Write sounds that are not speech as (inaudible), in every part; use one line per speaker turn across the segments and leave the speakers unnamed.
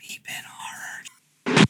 Beepin' horror.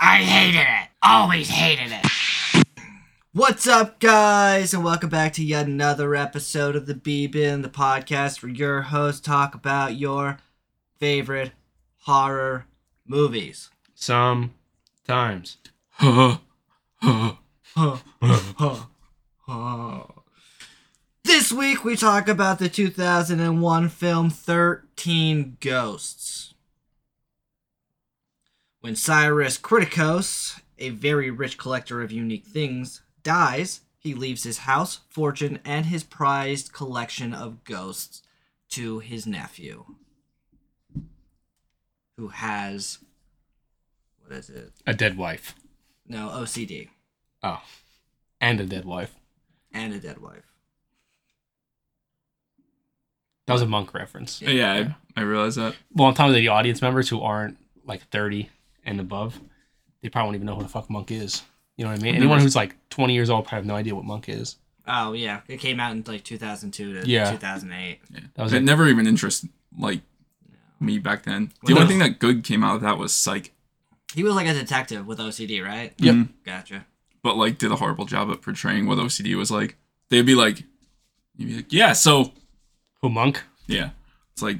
I hated it. Always hated it. What's up, guys, and welcome back to yet another episode of the B Bin, the podcast where your hosts talk about your favorite horror movies.
Sometimes.
Uh, This week we talk about the 2001 film 13 Ghosts. When Cyrus Criticos, a very rich collector of unique things, dies, he leaves his house, fortune, and his prized collection of ghosts to his nephew, who has. What is it?
A dead wife.
No, OCD
Oh. And a dead wife.
and a dead wife.
That was a monk reference.
Yeah, I, I realize that.
Well, I'm talking to the audience members who aren't like 30 and above. They probably won't even know who the fuck monk is. You know what I mean? Anyone who's like 20 years old probably have no idea what monk is.
Oh yeah, it came out in like 2002 to
Yeah.
2008.
That was
it
it.
never even interested like me back then. The
No.
only thing that good came out of that was Psych, Mm-hmm.
He was like a detective with OCD, right?
Yep.
Gotcha.
but like did a horrible job at portraying what OCD was like. They'd be like, you'd be like, yeah, so
Who monk?
yeah, it's like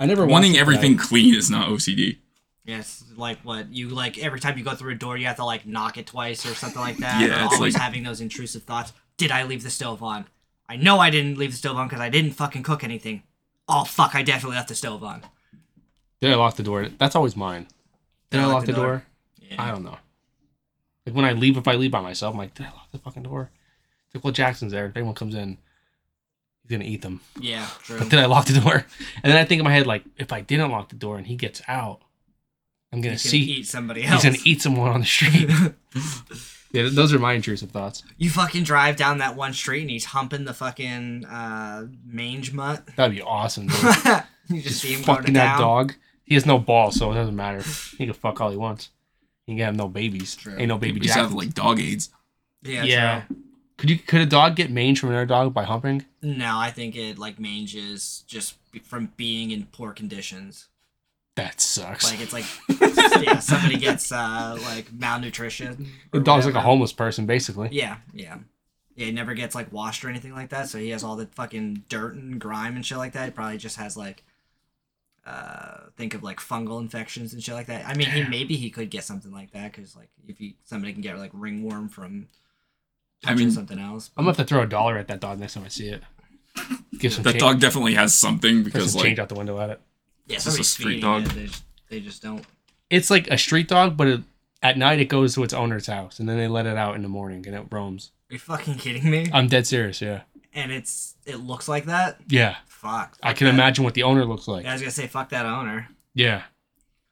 I never
wanting everything clean is not OCD.
Yes, like what you like every time you go through a door, you have to like knock it twice or something like
(laughs)
that.
Yeah,
Or
it's
always
like-
having those intrusive thoughts. Did I leave the stove on? I know I didn't leave the stove on because I didn't fucking cook anything. Oh fuck! I definitely left the stove on.
Did I lock the door? That's always mine. Did I lock the door? I don't know. Like when I leave, if I leave by myself, I'm like, did I lock the fucking door? It's like, well, Jackson's there. If anyone comes in, he's gonna eat them.
Yeah, true.
But then I lock the door, (laughs) and then I think in my head like, if I didn't lock the door and he gets out, I'm gonna
He's gonna
see
eat somebody
he's
else.
gonna eat someone on the street. (laughs) yeah, th- those are my intrusive thoughts.
(laughs) You fucking drive down that one street and he's humping the fucking uh, mange mutt.
That'd be awesome. dude.
(laughs) you just, see him
Just
going to
fucking that
town.
dog. He has no balls, so it doesn't matter. He can fuck all he wants. He can have no babies. Ain't no baby
You just have
Jackson.
like dog aids.
Yeah.
yeah.
true.
Could you could a dog get mange from another dog by humping?
No, I think it like manges just be- from being in poor conditions.
That sucks.
Like it's
(laughs)
like yeah, somebody gets uh like malnutrition. or
The dog's like a
whatever.
homeless person, basically.
Yeah, yeah. Yeah, he never gets like washed or anything like that, so he has all the fucking dirt and grime and shit like that. He probably just has like uh think of like fungal infections and shit like that. I mean, he maybe he could get something like that cuz like if he somebody can get like ringworm from
I
touching
mean-
something else.
I'm gonna have to throw a dollar at that dog next time I see it. Give some,
That
cha-
dog definitely has something
throw
because
some
like
change out the window at it.
Yeah,
This is a
somebody's
street
feeding
dog.
it, They just, they just don't.
It's like a street dog, but it, at night it goes to its owner's house, and then they let it out in the morning, and it roams.
Are you fucking kidding me?
I'm dead serious. Yeah,
and it's it looks like that.
yeah.
Fuck.
I
fuck
can
that.
imagine what the owner looks like.
Yeah, I was gonna say fuck that owner.
Yeah,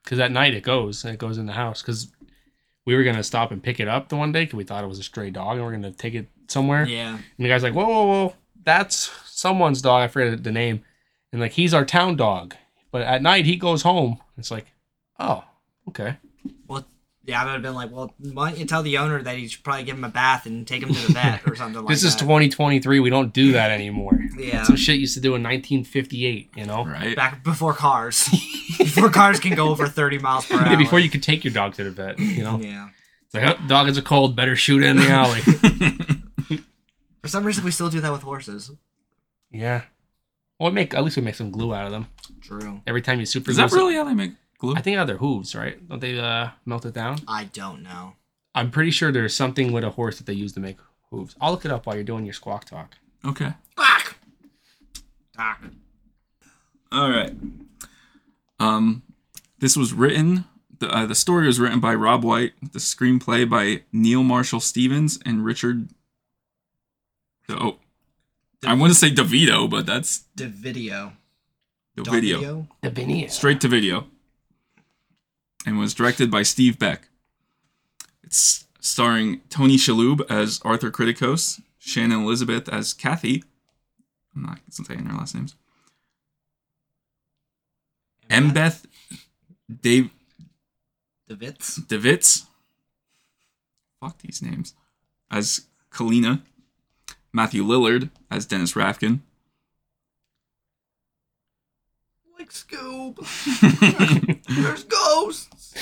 because at night it goes and it goes in the house. Because we were gonna stop and pick it up the one day because we thought it was a stray dog, and we're gonna take it somewhere.
Yeah.
And the guy's like, whoa, whoa, whoa, that's someone's dog. I forget the name. And like, he's our town dog. But at night, he goes home. It's like, oh, okay.
Well, yeah, I would have been like, well, why don't you tell the owner that he should probably give him a bath and take him to the vet or
(laughs)
something like
this is
that.
2023. We don't do that anymore.
Yeah.
Some shit used to do in 1958, you know?
right.
Back before cars, (laughs) before cars can go over thirty miles per hour.
(laughs) Yeah, before you could take your dog to the vet, you know?
Yeah.
It's like, oh, dog is a cold. Better shoot it in the alley.
For some reason, we still do that with horses.
yeah. Well, we make, at least we make some glue out of them.
True.
Every time you super
Is
glue
that
some-
really how they make glue?
I think out of their hooves, right? Don't they uh, melt it down?
I don't know.
I'm pretty sure there's something with a horse that they use to make hooves. I'll look it up while you're doing your squawk talk.
Okay.
Fuck. Fuck.
All right. Um, this was written. The, uh, the story was written by Rob White. The screenplay by Neil Marshall Stevens and Richard. The, oh, I want to say DeVito, but that's
The video.
the video.
Video?
The Benny.
Straight to video. And was directed by Steve Beck. It's starring Tony Shalhoub as Arthur Criticos, Shannon Elizabeth as Kathy. I'm not saying their last names. Embeth Dave
The Vits.
Devitz. Fuck these names. As Kalina. Matthew Lillard as Dennis Rafkin. (laughs)
Like Scoob. There's ghosts.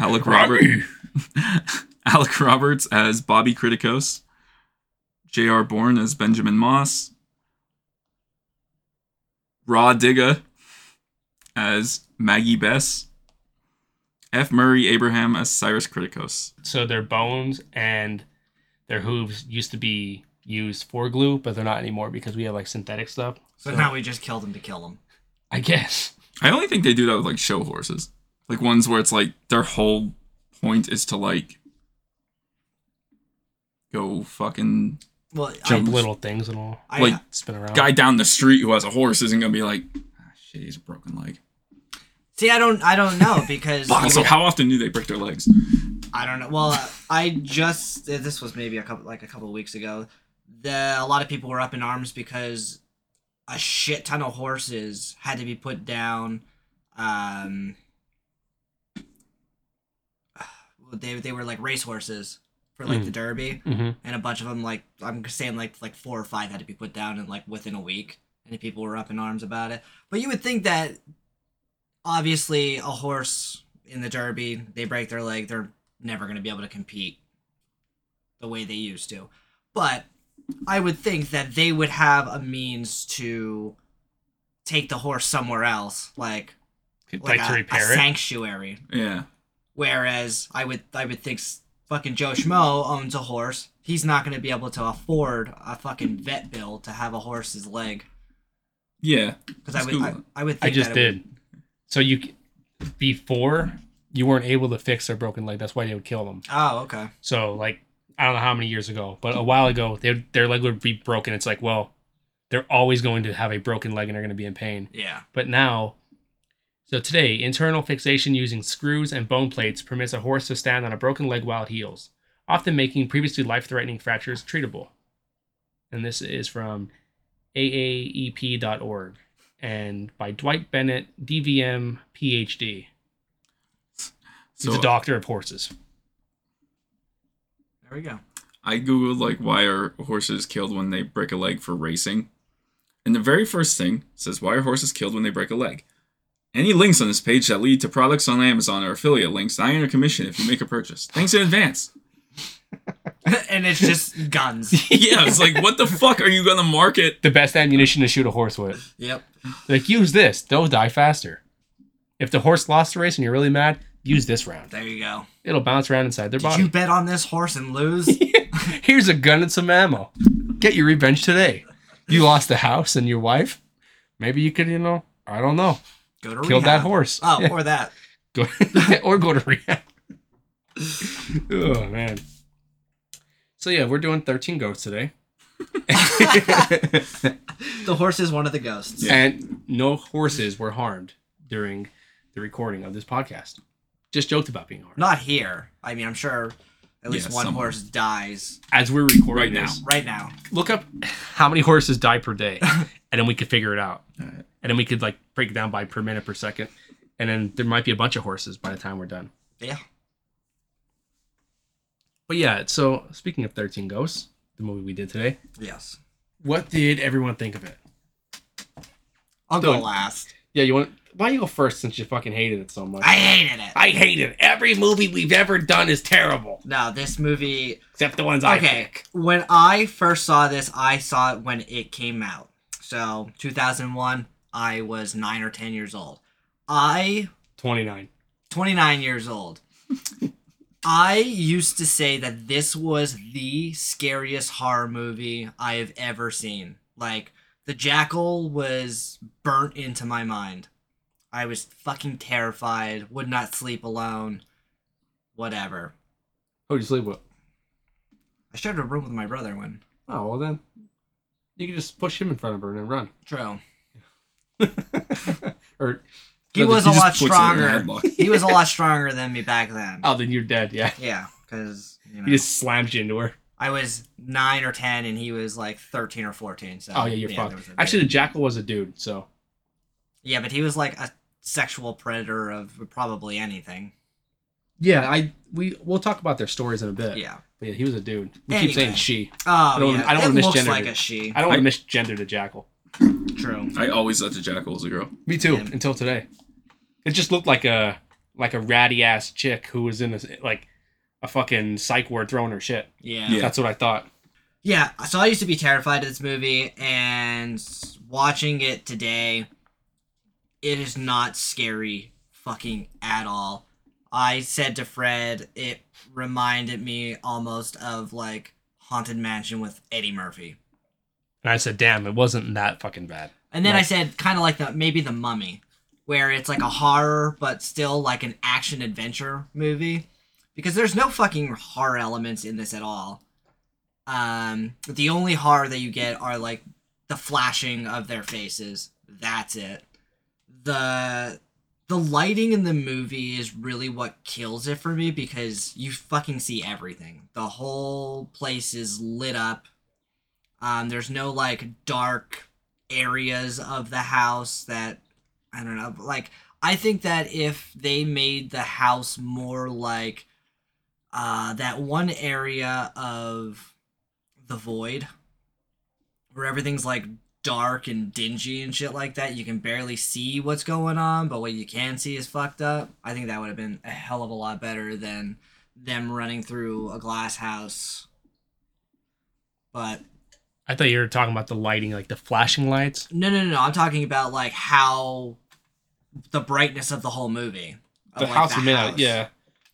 Alec Robert. (coughs) Alec Roberts as Bobby Criticos. J.R. Bourne as Benjamin Moss. Raw Digga as Maggie Bess. F. Murray Abraham as Cyrus Criticos.
So their bones and their hooves used to be used for glue, but they're not anymore because we have like synthetic stuff.
So now we just killed him to kill him.
I guess. (laughs)
I only think they do that with like show horses, like ones where it's like their whole point is to like go fucking
Well,
Jump
I,
little things and all.
I,
like
Spin around.
guy down the street who has a horse isn't gonna be like, ah, shit, he's a broken leg.
see. I don't. I don't know
(laughs)
because
Also, how often do they break their legs?
I don't know. Well, I just this was maybe a couple like a couple weeks ago. The a lot of people were up in arms because a shit ton of horses had to be put down. Um, (sighs) they they were like racehorses for like the Derby,
Mhm.
and a bunch of them like I'm saying like like four or five had to be put down in like within a week, and people were up in arms about it. But you would think that obviously a horse in the Derby they break their leg, they're never going to be able to compete the way they used to. But I would think that they would have a means to take the horse somewhere else, like
like,
a,
to
a
repair it.
sanctuary.
Yeah,
Whereas I would I would think s- fucking Joe Schmo owns a horse. He's not going to be able to afford a fucking vet bill to have a horse's leg.
yeah.
Because I
Let's
would I,
Google it.
I would
I
think
just
that it would-
did. So you c- before you weren't able to fix their broken leg. That's why they would kill them.
Oh, okay.
So like I don't know how many years ago, but a while ago, their their leg would be broken. It's like well, they're always going to have a broken leg and they're going to be in pain.
Yeah.
But now, so today, internal fixation using screws and bone plates permits a horse to stand on a broken leg while it heals, often making previously life threatening fractures treatable. And this is from E AAEP.org and by Dwight Bennett, DVM, PhD. He's
So
a doctor of horses.
There we go. (laughs)
I googled like why are horses killed when they break a leg for racing, and the very first thing says why are horses killed when they break a leg. Any links on this page that lead to products on Amazon or affiliate links, I earn a commission if you make a purchase. Thanks in (laughs) advance.
and it's just
(laughs)
guns.
yeah, it's like, what the fuck are you gonna market?
The best ammunition to shoot a horse with.
yep.
Like, use this, they'll die faster. If the horse lost the race and you're really mad, use this round.
There you go.
It'll bounce around inside their
Did
body.
you bet on this horse and
(laughs)
lose?
Here's a gun and some ammo. Get your revenge today. You lost the house and your wife. Maybe you could, you know, I don't know,
Go to
kill
rehab.
that horse.
Oh,
Yeah,
or that.
go, (laughs) or go to rehab. oh man. So yeah, we're doing 13 goats today,
The horse is one of the ghosts.
and no horses were harmed during the recording of this podcast. Just joked about being harmed.
Not here. I mean, I'm sure at least
Yeah,
one
somewhere.
horse dies
As we're recording
Right now.
this,
right now.
look up how many horses die per (laughs) day, and then we could figure it out. And then we could like break it down by per minute per second, and then there might be a bunch of horses by the time we're done.
Yeah.
But yeah, so speaking of Thirteen Ghosts, the movie we did today,
Yes.
what did everyone think of it?
I'll go
Done.
last.
Yeah, you want why you go first since you fucking hated it so much?
I hated it.
I hate it. Every movie we've ever done is terrible,
No, this movie.
except the ones
Okay, when I first saw this, I saw it when it came out. So 2001, I was nine or ten years old. I
Twenty nine.
29 years old. I used to say that this was the scariest horror movie I have ever seen. Like, The Jackal was burnt into my mind. I was fucking terrified, would not sleep alone, whatever.
Who'd Oh, you sleep with?
I shared a room with my brother when.
Oh well, then you can just push him in front of her and run.
True.
Or
He
No,
was
he
a
just
lot
puts it in a
stronger.
headlock.
he was a lot stronger than me back then.
oh, then you're dead. Yeah, (laughs)
Yeah, because you know,
he just slams you into her.
I was nine or ten, and he was like thirteen or fourteen. So
Oh yeah, you're
there was
fucked.
a big-
Actually, the jackal was a dude, so
yeah, but he was like a sexual predator of probably anything.
yeah, I we we'll talk about their stories in a bit.
Yeah.
but yeah, he was a dude. We keep
Anyway.
saying she.
Oh,
don't-
yeah.
I don't
it
wanna
looks
misgender
like
it.
a she.
I don't want to misgender the jackal.
True.
(laughs) I always thought the jackal was a girl.
Me too.
Damn.
Until today, it just looked like a like a ratty ass chick who was in this like a fucking psych ward throwing her shit.
Yeah.
Yeah.
yeah.
That's what I thought.
So I used to be terrified of this movie, and watching it today, it is not scary fucking at all. I said to Fred, it reminded me almost of like Haunted Mansion with Eddie Murphy.
And I said, "Damn, it wasn't that fucking bad."
And then I
Like-
said kind of like the maybe the Mummy, where it's like a horror but still like an action adventure movie, because there's no fucking horror elements in this at all. Um, the only horror that you get are like the flashing of their faces. That's it. The the lighting in the movie is really what kills it for me because you fucking see everything. The whole place is lit up. Um, there's no like dark areas of the house that I don't know. Like I think that if they made the house more like uh, that one area of the void where everything's like dark and dingy and shit like that, you can barely see what's going on, but what you can see is fucked up. I think that would have been a hell of a lot better than them running through a glass house. But
I thought you were talking about the lighting, like the flashing lights.
no, no, no, no. I'm talking about like how the brightness of the whole movie. Of,
The
Oh, like,
house was made out.
house.
Yeah,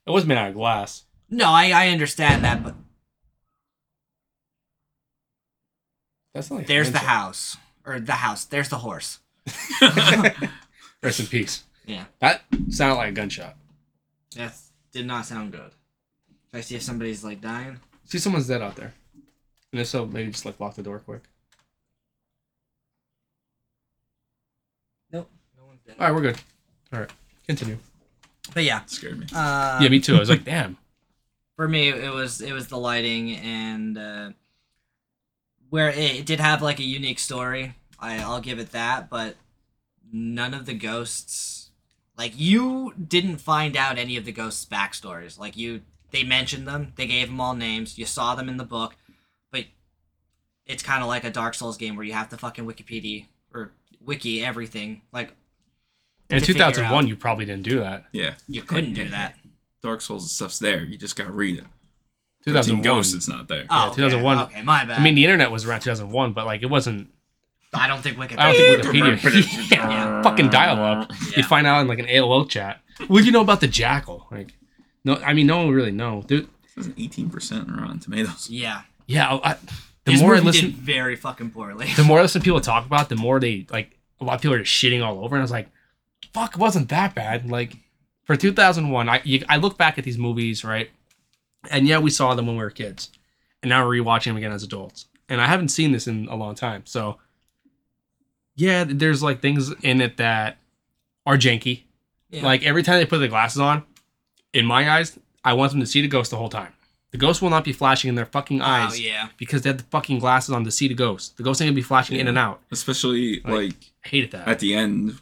it was made out of glass.
No, I, I understand that, but
That's not like
there's the
house.
house. Or the house. There's the horse.
Rest in peace.
Yeah.
That sounded like a gunshot.
That did not sound good. Should I see if somebody's like dying?
See, someone's dead out there. And if so, maybe just like lock the door quick.
Nope. No one's dead.
All right, we're good. All right, continue.
But yeah.
scared me.
Uh,
yeah, me too. I
(laughs)
was like, damn.
for me it was it was the lighting and uh, where it, it did have like a unique story I, i'll give it that but none of the ghosts like you didn't find out any of the ghosts backstories like you they mentioned them they gave them all names you saw them in the book but it's kind of like a dark souls game where you have to fucking wikipedia or wiki everything like
In
To figure
2001,
out.
you probably didn't do that.
Yeah.
you couldn't do that
Dark Souls and stuff's there. You just gotta read it. 13
2001.
Ghosts, it's not there.
oh okay,
2001.
okay my bad
I mean, the internet was around 2001, but like it wasn't.
i don't think wikipedia
I
(laughs)
don't think Wikipedia. (laughs) yeah, fucking dialogue.
Yeah.
You find out in like an AOL chat. What do you know about the jackal? Like, no, I mean, no one really know. Dude,
It's 18% on Rotten Tomatoes.
yeah
yeah, I, the
The this
more I
movie
listen,
did very fucking poorly.
the more I listen to people talk about, it, the more they like a lot of people are just shitting all over. And I was like, fuck, it wasn't that bad. Like for 2001, I you, I look back at these movies, right? And yeah, we saw them when we were kids, and now we're rewatching them again as adults. And I haven't seen this in a long time, so yeah, there's like things in it that are janky.
(laughs) Yeah.
Like every time they put the glasses on, in my eyes, I want them to see the ghost the whole time. The ghost will not be flashing in their fucking eyes
Oh yeah.
because they had the fucking glasses on to see the ghost. The ghost ain't gonna be flashing in and out.
Especially
Like-
like
I hated that.
at the end.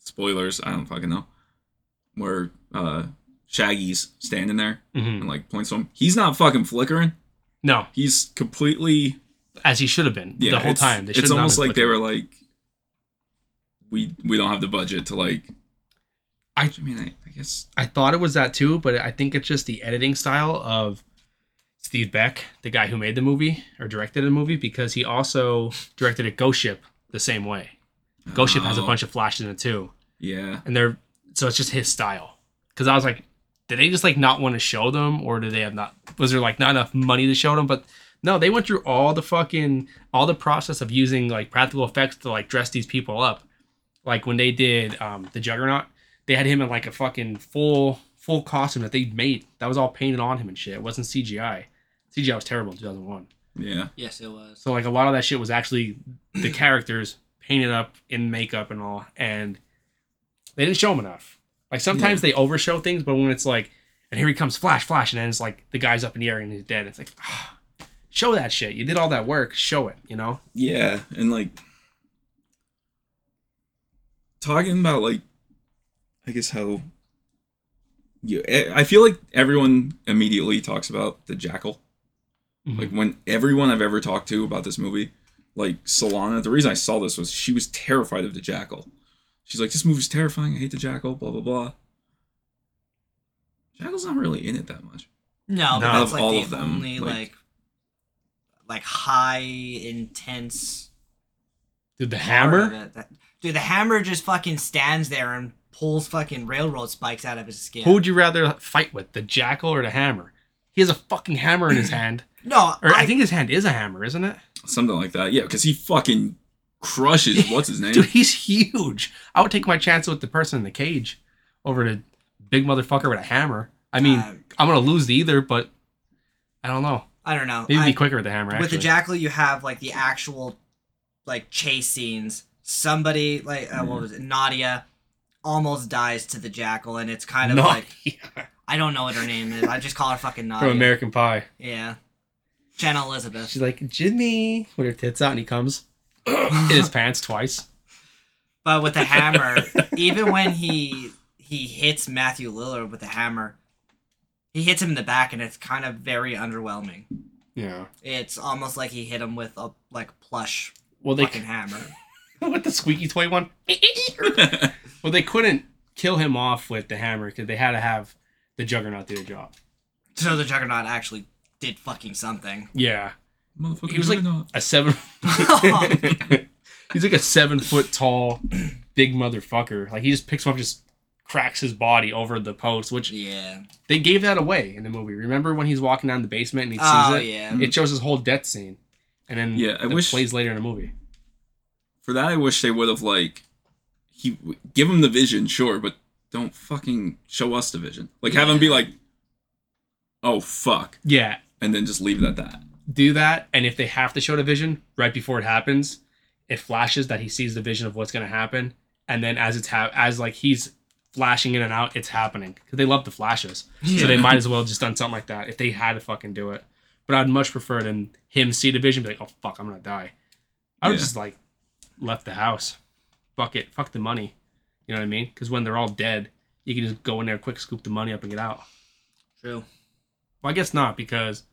Spoilers, I don't fucking know. Where uh Shaggy's standing there
Mhm.
and like points to him. He's not fucking flickering.
No,
He's completely
as he should have been
yeah,
the whole
it's-
time. They should
it's
not
almost
have
like they were
flickered.
like we we don't have the budget to like
I-
I mean I, I guess
I thought it was that too, but I think it's just the editing style of Steve Beck, the guy who made the movie or directed the movie, because he also directed a Ghost Ship the same way. Ghost Ship has a
Oh,
bunch of flashes in it too,
Yeah.
and they're so it's just his style. Because I was like, did they just like not want to show them, or did they have not? Was there like not enough money to show them? But no, they went through all the fucking all the process of using like practical effects to like dress these people up. Like when they did um the Juggernaut, they had him in like a fucking full full costume that they made. That was all painted on him and shit. It wasn't CGI. CGI was terrible in 2001.
Yeah.
Yes, it was.
So like a lot of that shit was actually the (clears throat) characters painted up in makeup and all, and they didn't show them enough. Like sometimes they overshow things, but when it's like, and here he comes, flash, flash, and then it's like the guy's up in the air and he's dead. It's like, ah, show that shit. You did all that work. Show it. You know?
Yeah, and like talking about like I guess how you eh, I I feel like everyone immediately talks about the jackal.
Mhm.
Like when everyone I've ever talked to about this movie, like Solana, the reason I saw this was she was terrified of the jackal. She's like, This movie's terrifying, I hate the jackal, blah blah blah. Jackal's not really in it that much.
No, but
No.
that's
Of
like
all
the
of them,
only
like-
like, like high intense
Dude, the
part of
hammer.
it. That- dude, the hammer just fucking stands there and pulls fucking railroad spikes out of his skin.
Who would you rather fight with, the jackal or the hammer? He has a fucking hammer in his hand,
no,
or I,
I
think his hand is a hammer, isn't it?
Something like that. Yeah, because he fucking crushes what's his name?
(laughs) Dude, he's huge. I would take my chance with the person in the cage over the big motherfucker with a hammer. I mean,
Uh,
I'm gonna lose to either, but I don't know.
I don't know.
Maybe
I-
be quicker with the hammer.
with the
actually.
jackal you have like the actual like chase scenes somebody like uh,
Hmm.
what was it nadia almost dies to the jackal and it's kind of
No. (laughs)
like uh, i don't know what her name is i just call her fucking nadia
from American Pie.
yeah jenna elizabeth
She's like Jimmy with her tits out, and
(laughs)
he comes in his pants twice.
but with the
(laughs)
hammer even when he he hits matthew lillard with the hammer he hits him in the back and it's kind of very underwhelming
Yeah.
it's almost like he hit him with a like plush
Well, they
fucking hammer
(laughs) with the squeaky toy one. (laughs)
(laughs)
well, they couldn't kill him off with the hammer because they had to have the Juggernaut do the job.
so the juggernaut actually did fucking something
Yeah,
Motherfucker,
He was like-
you're not- (laughs)
a seven. He's like a seven foot tall, big motherfucker. Like he just picks him up, just cracks his body over the post, which
Yeah.
They gave that away in the movie. Remember when he's walking down the basement and he sees
Oh
it?
yeah.
It shows his whole death scene, and then
Yeah, I
it
wish-
plays later in the movie.
for that i wish they would have like he give him the vision sure but don't fucking show us the vision like have him be like oh fuck
Yeah,
and then just leave it at that
do that, and if they have to show the vision right before it happens, it flashes that he sees the vision of what's gonna happen, and then as it's ha- as like he's flashing in and out, it's happening because they love the flashes. So they might as well just done something like that if they had to fucking do it. But I'd much prefer than him see the vision, be like, oh fuck, I'm gonna die. I would
Yeah.
just like left the house. Fuck it, fuck the money. You know what I mean? Because when they're all dead, you can just go in there, quick scoop the money up, and get out.
True.
Well, I guess not because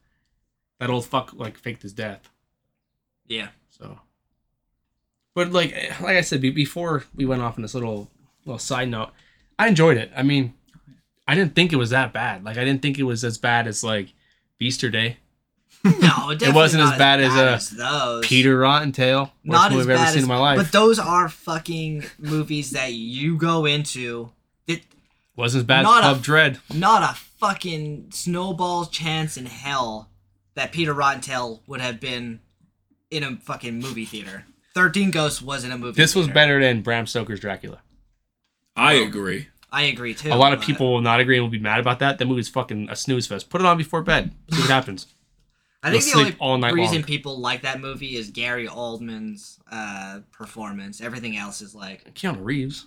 that old fuck like faked his death.
Yeah.
So, but like like I said be- before, we went off on this little little side note. I enjoyed it. I mean, I didn't think it was that bad. Like I didn't think it was as bad as like Easter Day,
No,
(laughs)
definitely
wasn't as
not
bad as, uh,
those.
Peter Rotten Tail, worst
Not
movie
as
I've ever
bad
seen
as,
in my life.
But those are fucking movies that you go into. That
wasn't as bad as
not a-
Club Dread.
not a fucking snowball chance in hell that Peter Rottentail would have been in a fucking movie theater. Thirteen Ghosts wasn't a movie.
This was
theater.
better than Bram Stoker's Dracula.
i agree
I agree too. Uh,
A lot of
but-
people will not agree and will be mad about that. That movie's fucking a snooze fest. Put it on before bed. See what happens.
I think
You'll
the only
sleep all night
reason
long.
people like that movie is Gary Oldman's uh, performance. Everything else is like,
Keanu Reeves.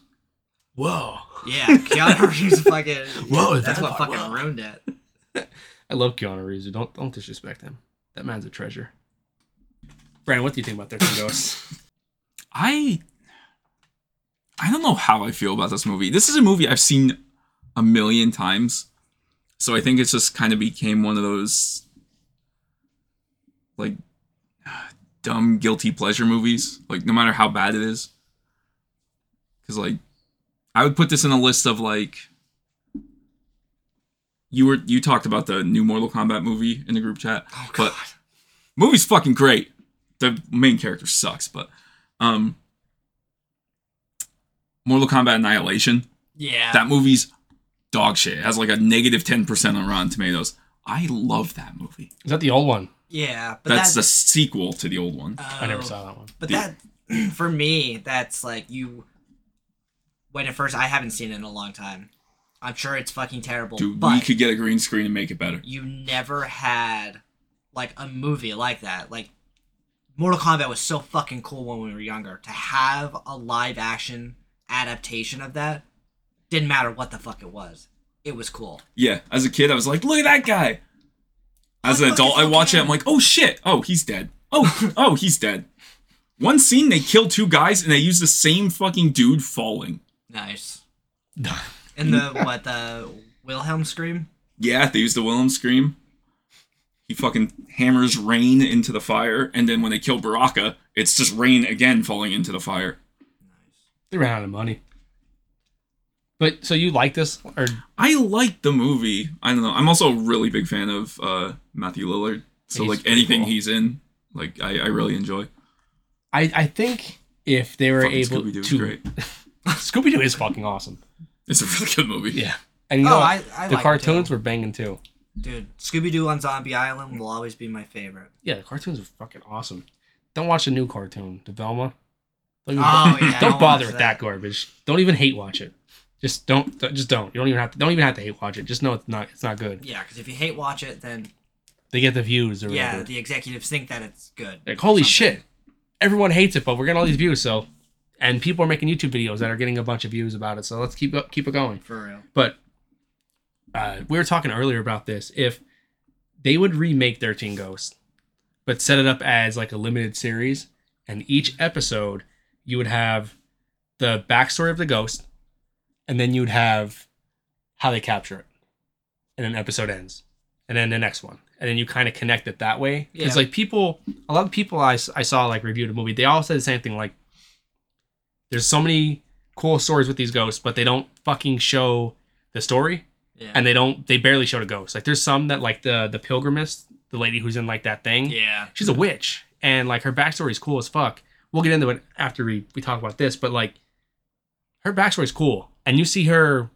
Whoa. (laughs)
yeah, Keanu Reeves fucking.
Whoa,
that's what
fucking
fucking ruined it.
I love Keanu Reeves. dude. Don't don't disrespect him. That man's a treasure. Brandon, what do you think about Thirteen Ghosts?
i i don't know how i feel about this movie this is a movie i've seen a million times so i think it's just kind of became one of those like dumb guilty pleasure movies like no matter how bad it is because like i would put this in a list of like you were you talked about the new mortal kombat movie in the group chat but movie's fucking great the main character sucks but um mortal kombat annihilation
Yeah.
that movie's dog shit. It has like a negative 10% on Rotten Tomatoes. I love that movie.
Is that the old one?
Yeah, but Oh, that's
That's the sequel to the old one.
I never saw that one.
But
Yeah.
that, (clears throat) for me, that's like you. When at first, I haven't seen it in a long time. I'm sure it's fucking terrible,
Dude, we
but
could get a green screen and make it better.
you never had like a movie like that. Like Mortal Kombat was so fucking cool when we were younger. To have a live action adaptation of that didn't matter what the fuck it was. It was cool.
Yeah, as a kid, I was like, look at that guy. As an
Look,
adult, I
look
watch
at
it. I'm like, oh shit. Oh, he's dead. Oh,
(laughs)
oh, he's dead. One scene, they kill two guys and they use the same fucking dude
(laughs)
falling.
Nice. And
(laughs)
the what the Wilhelm scream?
Yeah, they use the Willem scream. He fucking hammers rain into the fire, and then when they kill Baraka, it's just rain again falling into the fire.
They ran out of money. But so you like this or
I like the movie. I don't know. I'm also a really big fan of uh, Matthew Lillard. So
He's
like anything
cool.
he's in, like I, I really enjoy.
I, I think if they were
Fucking
able
Scooby-Doo is
to (laughs)
great.
Scooby Doo is fucking awesome.
It's a (laughs) really good movie.
Yeah. And you
Oh,
know
I-
what?
I
the
like it
cartoons
too.
were banging too.
Dude, Scooby Doo on Zombie Island will always be my favorite.
Yeah, the cartoons were fucking awesome. Don't watch the new cartoon, the Velma. Don't, even
Oh,
bo- (laughs)
yeah,
don't
don't
bother
watch
with that.
that.
garbage. Don't even hate watch it. Just don't. th- Just don't. You don't even have to. Don't even have to hate watch it. Just know it's not. It's not good.
Yeah, because if you hate watch it, then
They get the views or
yeah,
whatever.
the executives think that it's good.
like holy shit, everyone hates it, but we're getting all these views. So, and people are making YouTube videos that are getting a bunch of views about it. So let's keep up- keep it going.
For real.
But uh, we were talking earlier about this. If they would remake 13 Ghosts, but set it up as like a limited series, and each episode you would have the backstory of the ghost, and then you'd have how they capture it, and an episode ends, and then the next one, and then you kind of connect it that way. Because
Yeah.
like people, a lot of people I, s- I saw like reviewed a movie, they all said the same thing. Like, there's so many cool stories with these ghosts, but they don't fucking show the story
Yeah.
and they don't they barely showed a ghost. Like there's some that like the the pilgrimist, the lady who's in like that thing.
yeah.
She's a witch and like her backstory is cool as fuck. We'll get into it after we we talk about this, but like her backstory is cool. And you see her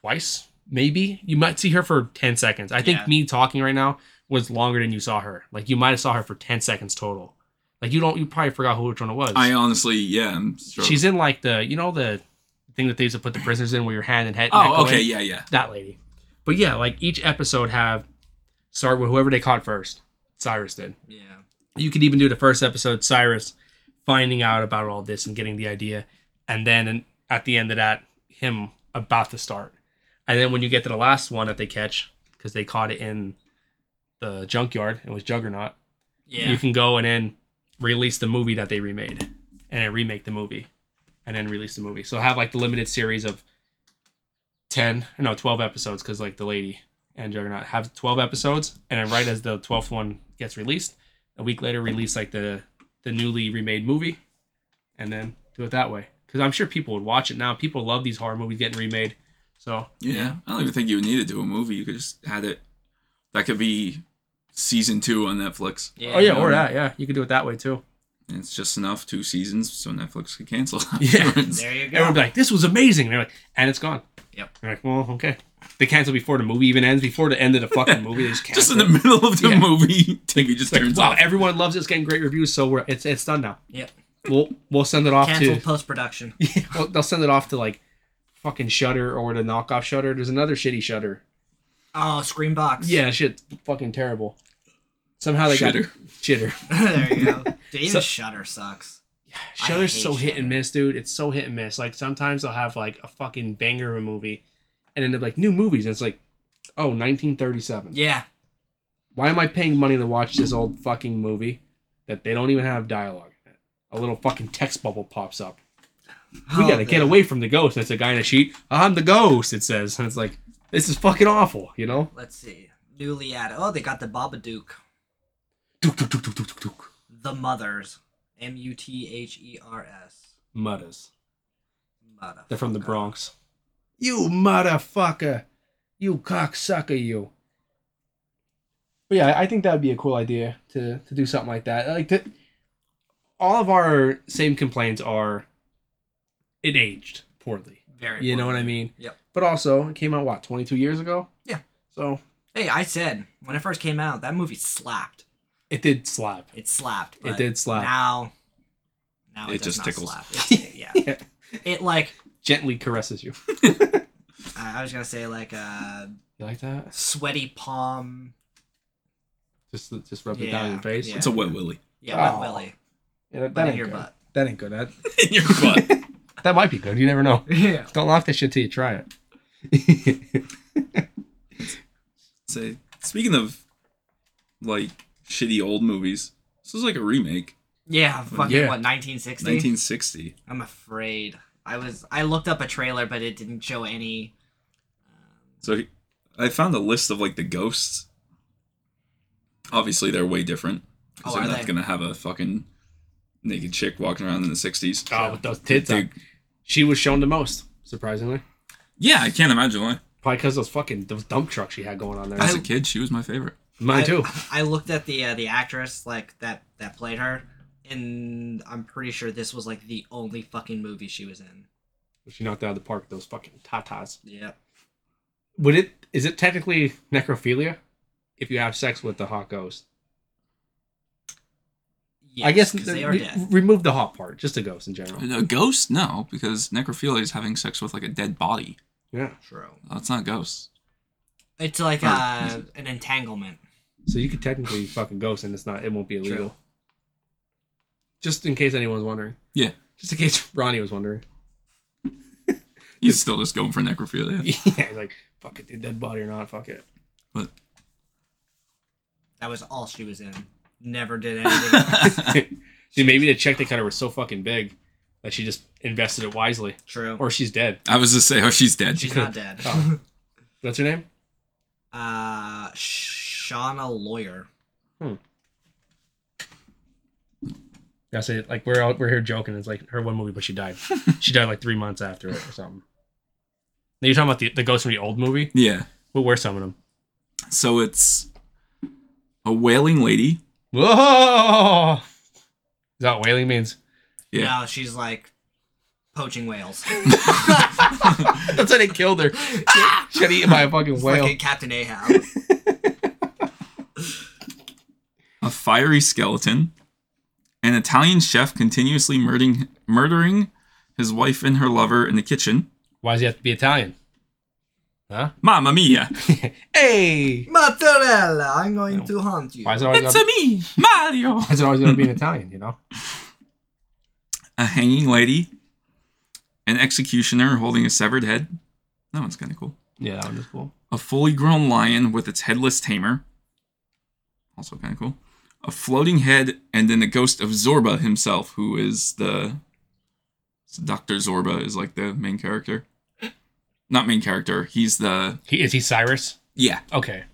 twice, maybe. You might see her for 10 seconds. I think
Yeah.
me talking right now was longer than you saw her. Like you might have saw her for 10 seconds total. Like you don't you probably forgot who which one it was.
I honestly, yeah, I'm sure.
She's in like the you know the thing that they used to put the prisoners in where your hand and head. neck
oh,
go
okay,
in?
yeah, yeah.
That lady. But yeah, like each episode have start with whoever they caught first. Cyrus did.
Yeah.
You could even do the first episode, Cyrus finding out about all this and getting the idea, and then and at the end of that, him about to start. And then when you get to the last one that they catch, because they caught it in the junkyard, it was Juggernaut.
Yeah.
You can go and then release the movie that they remade, and then remake the movie, and then release the movie. So have like the limited series of ten, no, twelve episodes, because like the lady and Juggernaut have twelve episodes, and then right as the twelfth one gets released, a week later release like the the newly remade movie, and then do it that way. Because I'm sure people would watch it now. People love these horror movies getting remade. So
Yeah. I don't even think you would need to do a movie. You could just had it. That could be season two on Netflix. Um,
yeah.
oh yeah, or that yeah, you could do it that way too.
And it's just enough, two seasons, so Netflix could cancel.
(laughs) Yeah.
afterwards.
There you
Everyone
go.
would be like, "This was amazing," and they're like, "And it's gone."
Yep.
They're like, well, okay. They cancel before the movie even ends, before the end of the fucking movie. They just
(laughs) (laughs)
cancel.
just in the middle of the
Yeah.
movie, (laughs) TV just
Like,
turns
wow,
off.
everyone loves it. It's getting great reviews, so we're it's it's done now.
Yep.
We'll we'll send it off
Cancelled
(laughs) to.
post production.
Well, they'll send it off to like fucking Shutter or the knockoff Shutter. There's another shitty Shutter.
Oh, Screambox.
Yeah, shit, fucking terrible. Somehow they
Shudder.
got Shitter.
(laughs) there you go.
(laughs)
David
So-
Shutter sucks.
(sighs) Shutter's
hate
so hit and
Shudder.
miss, dude. It's so hit and miss. Like sometimes they'll have like a fucking banger of a movie, and then they're like new movies, and it's like, oh, 1937.
Yeah.
Why am I paying money to watch this old fucking movie that they don't even have dialogue in it? A little fucking text bubble pops up. We
Oh,
gotta get
the-
away from the ghost. And it's a guy in a sheet. I'm the ghost, it says. And it's like, this is fucking awful, you know?
Let's see. Newly added. Oh, they got the Babadook.
Tuk, tuk, tuk, tuk, tuk, tuk, tuk.
The Mothers. M U T H E R S.
Mutters.
Mother-
They're from the Bronx. You motherfucker. You cocksucker, you. But yeah, I think that would be a cool idea to, to do something like that. Like to, all of our same complaints are it aged poorly.
Very.
You know what
important.
I mean?
Yep.
But also, it came out what 22 years ago.
Yeah.
So
Hey, I said when it first came out, that movie slapped.
it did slap.
It slapped. but
it did slap.
Now, now it,
It
does
just
not
tickles.
Slap. It's- yeah.
Yeah.
It like
Gently caresses you.
I I was gonna say like a
You like that?
sweaty palm.
Just just rub it down in
Yeah,
your face.
yeah.
It's a wet
(laughs)
willy
Yeah, wet
Oh.
willy.
Yeah,
But
that, that
in
ain't
your
good.
butt.
That ain't good. That
in your butt.
that might be good. You never know.
Yeah.
Don't lock this shit till you try it.
Say, speaking of like shitty old movies, this is like a remake,
(laughs) Yeah. Fucking
Yeah.
what? 1960.
1960.
I'm afraid. I was. I looked up a trailer, but it didn't show any.
So he- I found a list of like the ghosts. Obviously, they're way different. 'cause
Oh,
they're
are
not
they?
gonna have a fucking naked chick walking around in the 60s.
oh, with those tits.
Dude,
on. She was shown the most, surprisingly.
yeah, I can't imagine why.
Probably because those fucking those dump trucks she had going on there.
As a kid, she was my favorite.
Mine
I-
too.
I looked at the uh, the actress like that that played her, and I'm pretty sure this was like the only fucking movie she was in.
She knocked it out of the park with those fucking tatas.
Yeah.
Would it? Is it technically necrophilia if you have sex with the hot ghost?
Yes,
I guess
because they are
re-
dead.
remove the hot part, just a ghost in general.
A ghost? No, because necrophilia is having sex with like a dead body.
Yeah.
True.
That's not ghosts.
It's like
Or-
uh, an entanglement.
So you could technically fucking ghost, and it's not. It won't be illegal.
True.
Just in case anyone's wondering.
Yeah.
Just in case Ronnie was (laughs) wondering.
He's still just going for necrophilia.
(laughs)
(laughs)
yeah. he's Like fuck it, dude, dead body or not, fuck (laughs) it.
But
That was all she was in. Never did anything.
(laughs)
else.
Dude, maybe the check they cut her was so fucking big that she just invested it wisely,
True.
or she's dead.
I was just say, oh, she's dead.
She's not
(laughs)
dead.
Oh. That's her name.
Uh, Shauna Lawyer.
That's it. Like we're out, we're here joking. It's like her one movie, but she (laughs) died. she died like three months after it or something. Now you're talking about the, the ghost from the old movie.
Yeah.
What were some of them?
So it's a wailing lady.
Whoa! Is that what whaling means?
Yeah.
No, she's like poaching whales.
(laughs)
(laughs)
That's how they killed her. She (laughs) got eaten by a fucking
Fucking Captain Ahab. (laughs)
a fiery skeleton, an Italian chef continuously murdering murdering his wife and her lover in the kitchen.
Why does he have to be Italian? Huh? (laughs)
Mamma mia!
Hey!
Mozzarella, I'm going to haunt you.
Why is it always
It's
gotta,
a me, Mario.
why is it always gotta be an Italian? You know?
A hanging lady, an executioner holding a severed head. That one's kind of cool.
Yeah, that one is cool.
A fully grown lion with its headless tamer. Also kind of cool. A floating head, and then the ghost of Zorba himself, who is the. Dr. Zorba is like the main character. Not main character. He's the.
He, is he Cyrus?
Yeah.
Okay.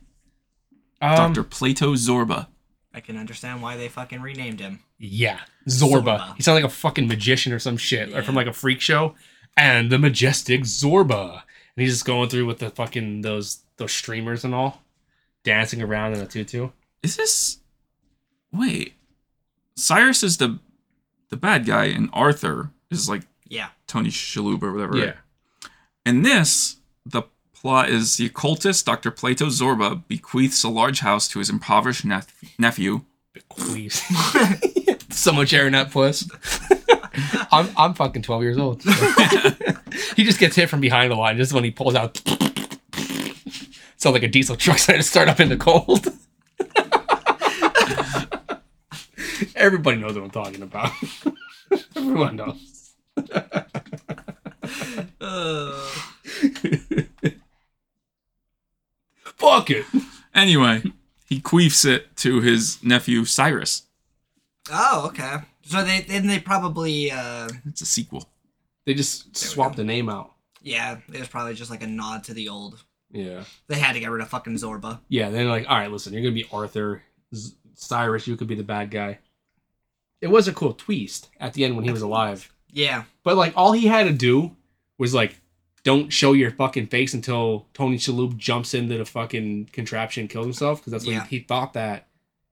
Um,
Dr. Plato Zorba.
I can understand why they fucking renamed him.
Yeah, Zorba.
Zorba.
He sounds like a fucking magician or some shit, or from
Yeah.
like a freak show. And the majestic Zorba, and he's just going through with the fucking those those streamers and all, dancing around in a tutu.
Is this. Wait. Cyrus is the the bad guy, and Arthur is like
Yeah.
Tony Shalhoub or whatever.
Yeah,
In this, the plot is the occultist Dr. Plato Zorba bequeaths a large house to his impoverished nep- nephew.
please. so much air in that puss. I'm I'm fucking twelve years old. he just gets hit from behind a lot. and Just when he pulls out, (laughs) sounds like a diesel truck starting to start up in the cold. (laughs) Everybody knows what I'm talking about. (laughs) Everyone knows.
Uh,
Fuck it.
Anyway, he queefs it to his nephew Cyrus.
oh, okay. So they then they probably uh
It's a sequel.
They just swapped the name out.
yeah, it was probably just like a nod to the old.
Yeah.
They had to get rid of fucking Zorba.
Yeah. They're like, all right, listen, you're gonna be Arthur, Z- Cyrus. You could be the bad guy. It was a cool twist at the end when he was alive.
Yeah.
But like all he had to do was like don't show your fucking face until Tony Shalhoub jumps into the fucking contraption and kills himself because that's when
Yeah.
he thought that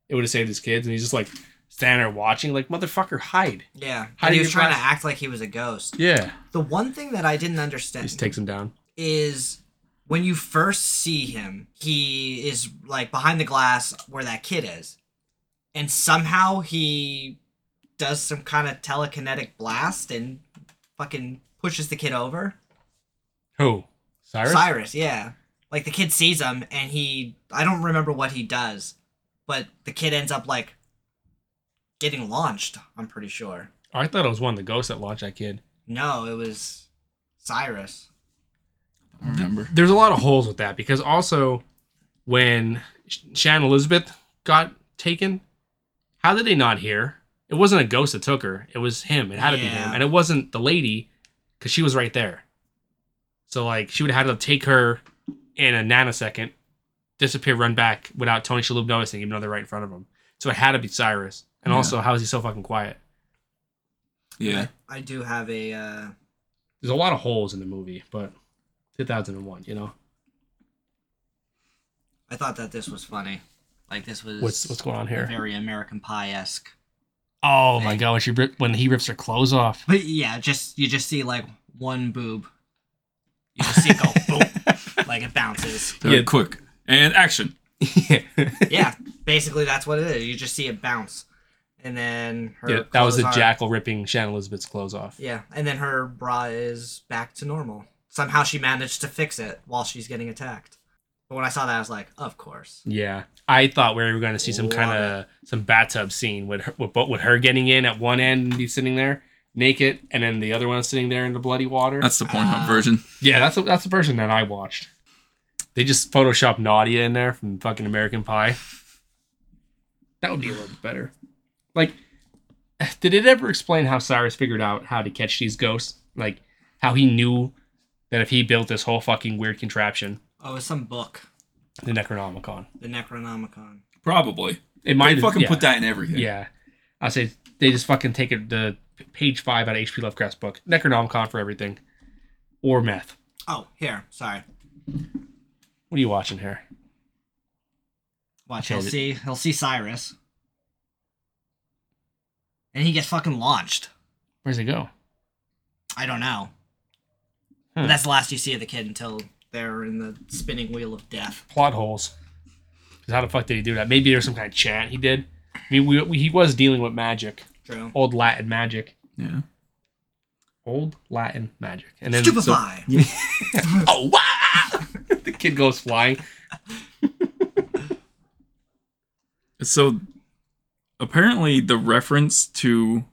it would have saved his kids and he's just like standing there watching, like motherfucker, hide.
Yeah.
How
and
do
he
you
was trying
advise-
to act like he was a ghost.
Yeah,
The one thing that I didn't understand
just takes him down.
is when you first see him, he is like behind the glass where that kid is. And somehow he does some kind of telekinetic blast and fucking pushes the kid over.
Who? Cyrus.
Cyrus, yeah. Like the kid sees him and he I don't remember what he does, but the kid ends up like getting launched, I'm pretty sure.
Oh, I thought it was one of the ghosts that launched that kid.
No, it was Cyrus.
I remember.
There's a lot of holes with that because also when Sh- Shan Elizabeth got taken, how did they not hear? It wasn't a ghost that took her. It was him. It had to be
Yeah.
him, and it wasn't the lady because she was right there. So like she would have had to take her in a nanosecond, disappear, run back without Tony Shalhoub noticing, even though they're right in front of him. So it had to be Cyrus. And
Yeah.
also, how is he so fucking quiet?
Yeah.
I do have a uh
There's a lot of holes in the movie, but 2001, you know.
I thought that this was funny. Like this was
What's what's going on here?
very American Pie esque.
Oh my god, when she rip, when he rips her clothes off.
But yeah, just you just see like one boob. You just see it go
(laughs)
boom, like it bounces.
They're
Yeah.
quick. And action.
(laughs)
Yeah, basically that's what it is. You just see it bounce, and then her
yeah, that was the
clothes are-
jackal ripping Shannon Elizabeth's clothes off.
Yeah, and then her bra is back to normal. Somehow she managed to fix it while she's getting attacked. But when I saw that, I was like, of course.
Yeah, I thought we were going to see some
Love
kind of some bathtub scene with her, with, bo- with her getting in at one end and be sitting there naked, and then the other one sitting there in the bloody water.
That's the Pornhub
Ah.
version.
yeah, that's the, that's the version that I watched. They just photoshopped Nadia in there from fucking American Pie. That would be a little bit better. Like, (sighs) did it ever explain how Cyrus figured out how to catch these ghosts? Like, how he knew that if he built this whole fucking weird contraption,
Oh, it was some book,
the Necronomicon,
the Necronomicon.
Probably.
it
They
might
fucking
yeah.
put that in everything.
Yeah. I say they just fucking take it the page five out of H.P. Lovecraft's book, Necronomicon for everything, or meth.
Oh, here, sorry.
What are you watching here?
Watch,
Okay,
he'll
but-
see, he'll see Cyrus, and he gets fucking launched.
Where's it go?
I don't know.
Hmm.
But that's the last you see of the kid until they're in the spinning wheel of death.
Plot holes. 'Cause how the fuck did he do that? Maybe there's some kind of chant he did. I mean, we, we, he was dealing with magic,
True.
old Latin magic,
Yeah.
old Latin magic, and then
Stupefy.
oh wow! (laughs) the kid goes flying.
So apparently the reference to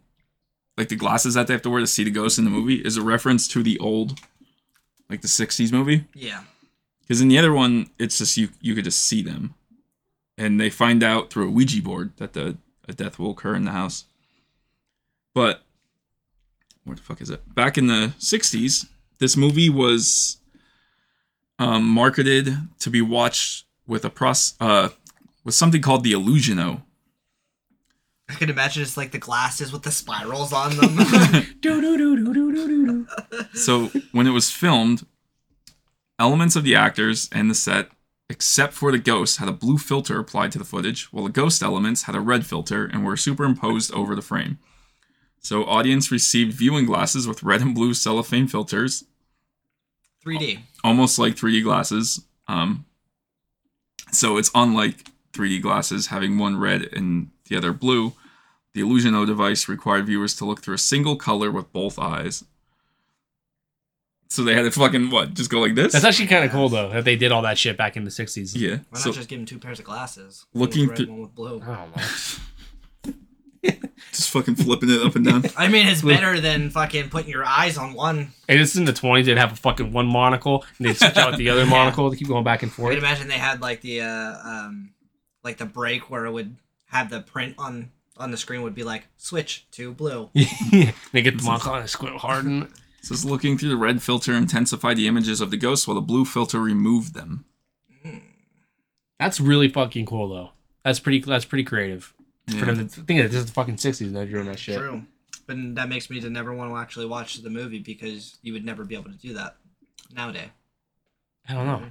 like the glasses that they have to wear to see the ghost in the movie is a reference to the old like the 60s movie
yeah.
because in the other one it's just you you could just see them and they find out through a ouija board that the a death will occur in the house but where the fuck is it back in the 60s this movie was um, marketed to be watched with a pros uh, with something called the illusiono
I can imagine it's like the glasses with the spirals on them. (laughs)
Do do do do do do do.
So when it was filmed, elements of the actors and the set, except for the ghost, had a blue filter applied to the footage, while the ghost elements had a red filter and were superimposed over the frame. So audience received viewing glasses with red and blue cellophane filters,
3D.
almost like 3D glasses. Um, so it's unlike 3D glasses having one red and the other blue. The Illusiono device required viewers to look through a single color with both eyes. So they had to fucking what? Just go like this?
That's actually kind of cool though that they did all that shit back in the '60s.
yeah.
Why
So
not just give him two pairs of glasses?
Looking
one with red,
through-
one with blue.
I don't know.
just fucking flipping it up
(laughs)
and down.
I mean, it's better than fucking putting your eyes on one.
And it's in the twenties. They'd have a fucking one monocle, and they'd switch out the other monocle to keep going back and
I can
(laughs) forth.
imagine they had like the uh, um, like the break where it would have the print on on the screen would be like switch to blue.
and they get the monocle and squint hard. And
So it's looking through the red filter intensified the images of the ghost, while the blue filter removed them.
that's really fucking cool, though. That's pretty. That's pretty creative. For
Yeah.
them to think that this is the fucking sixties. They're doing that shit.
True. But that makes me to never want to actually watch the movie because you would never be able to do that nowadays.
I don't know.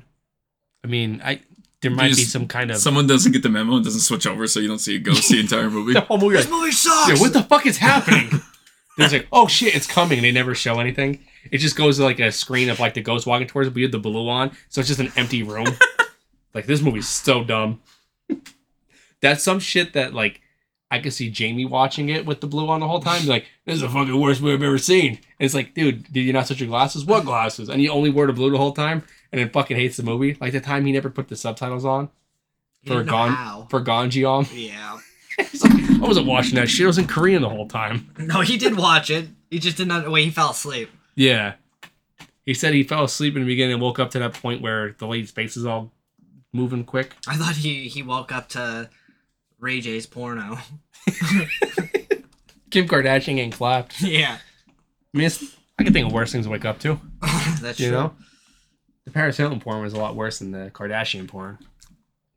I mean, I there might be
just-
some kind of (laughs)
Someone doesn't get the memo and doesn't switch over, so you don't see a ghost the entire movie.
(laughs) the whole movie.
This
Like,
movie sucks.
"Dude, what the fuck is happening? (laughs) There's like, oh shit, it's coming. They never show anything. It just goes to like a screen of like the ghost walking towards. it, But you have the blue on, so it's just an empty room. like this movie's so dumb. That's some shit that like I could see Jamie watching it with the blue on the whole time. Be like, this is the fucking worst movie I've ever seen. And it's like, dude, did you not switch your glasses? What glasses? And you only wore the blue the whole time, and then fucking hates the movie. Like the time he never put the subtitles on
He didn't
for
know
Gon
how.
for Ganjiom.
Yeah.
He's like, I wasn't watching that shit. I was in Korean the whole time.
No, he did watch it. He just did not. Wait, he fell asleep.
Yeah. He said he fell asleep in the beginning and woke up to that point where the lady's face is all moving quick.
I thought he he woke up to Ray J's porno. (laughs)
Kim Kardashian getting clapped.
yeah.
I mean, it's, I can think of worse things to wake up to.
That's
You
true.
know? The Paris Hilton porn was a lot worse than the Kardashian porn.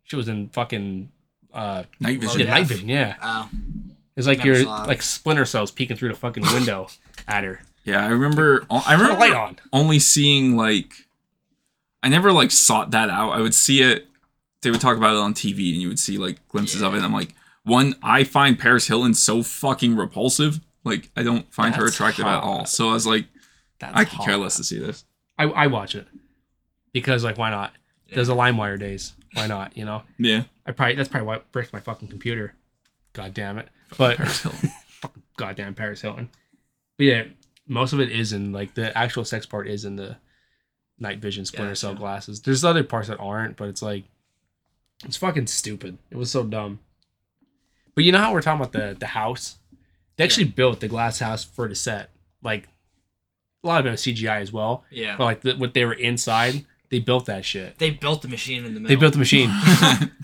She was in fucking uh,
Night
yeah,
vision.
night vision. Yeah,
Oh.
it's like
Never
your
saw it.
like splinter cells peeking through the fucking
(laughs)
window at her.
Yeah, I remember. I
Turn the
remember
light on.
only seeing like. I never like sought that out. I would see it. They would talk about it on TV, and you would see like glimpses of it. And I'm like, one, I find Paris Hilton so fucking repulsive. Like, I don't find her
That's
attractive at
hot.
all. So I was like,
That's
I could
hot.
care less to see this.
I, I watch it because like why not? There's a LimeWire days. Why not? You know,
Yeah,
I probably that's probably why it bricked my fucking computer. God damn it! (laughs) But
Paris (laughs) Hilton.
goddamn Paris Hilton. But yeah, most of it is in like the actual sex part is in the night vision splinter cell
Gotcha.
glasses. There's other parts that aren't, but it's like it's fucking stupid. It was so dumb. But you know how we're talking about the the house? They actually built the glass house for the set. Like a lot of it was CGI as well.
Yeah.
But like the, what they were inside, they built that shit.
They built the machine in the middle.
They built the machine.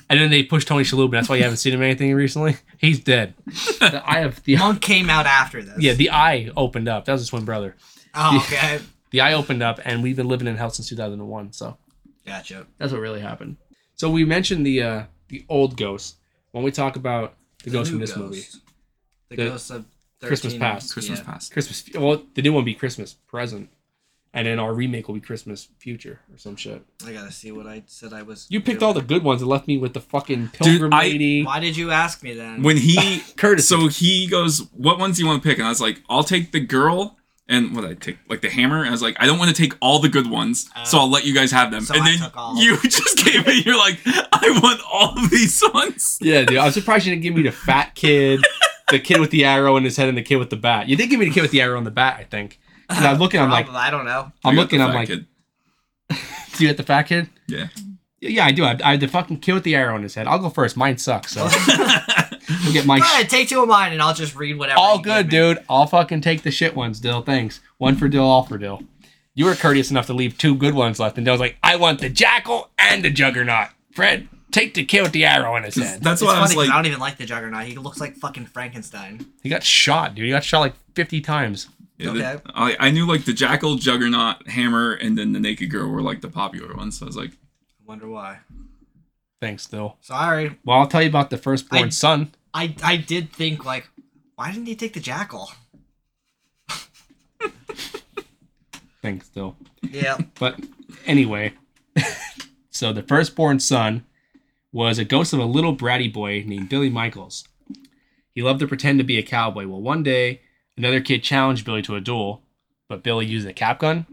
and then they pushed Tony Shalhoub, and that's why you haven't seen him in anything recently. He's dead. The eye of the
Monk came out after this.
(laughs) yeah, the eye opened up. That was his twin brother.
oh, okay.
The eye opened up, and we've been living in hell since 2001. So
Gotcha.
that's what really happened. So we mentioned the uh, the old ghost when we talk about the, ghost
new
from this movie,
The,
The
ghost of 13
Christmas Past.
Christmas
yeah.
past.
Christmas. Well, the new one be Christmas present, and then our remake will be Christmas future or some shit.
I gotta see what I said I was.
You picked
doing.
all the good ones and left me with the fucking pilgrim
I-
lady.
Why did you ask me then?
When he
Curtis.
So he goes, "What ones do you want to pick?" And I was like, "I'll take the girl." And what did I take, like the hammer. And I was like, "I don't want to take all the good ones, so I'll let you guys have them."
Uh, so
and
I
then
took all of
you (laughs) just came in. You're like, "I want all of these ones."
Yeah, dude. I'm surprised you didn't give me the fat kid, the kid with the arrow in his head, and the kid with the bat. You did give me the kid with the arrow and the bat, I think. And I'm looking,
(laughs)
I'm like,
Probably, I don't know.
I'm
I got
looking,
the
I'm
fat
like,
kid.
do you at the fat kid?
"Yeah."
Yeah, I do. I, I had the fucking kid with the arrow in his head. I'll go first. Mine sucks.
(laughs)
So we'll get my
Go ahead, take two of mine, and I'll just read whatever.
all
you
good,
give me.
dude. I'll fucking take the shit ones, Dill. Thanks. One for Dill, all for Dill. You were courteous enough to leave two good ones left, and Dill's like, I want the jackal and the juggernaut. Fred, take the kid with the arrow in his head.
That's
It's
why I
funny
was
'cause I
like,
don't even like the Juggernaut. He looks like fucking Frankenstein.
He got shot, dude. He got shot like 50 times.
yeah, the-
okay.
I, I knew like the jackal, juggernaut, hammer, and then the naked girl were like the popular ones. So I was like,
I wonder why.
Thanks, Dill.
Sorry,
Well, I'll tell you about the firstborn
I-
son.
I I did think like, why didn't he take the jackal?
Thanks, Dill.
Yeah.
But anyway, (laughs) so the firstborn son was a ghost of a little bratty boy named Billy Michaels. He loved to pretend to be a cowboy. Well, one day, another kid challenged Billy to a duel, but Billy used a cap gun,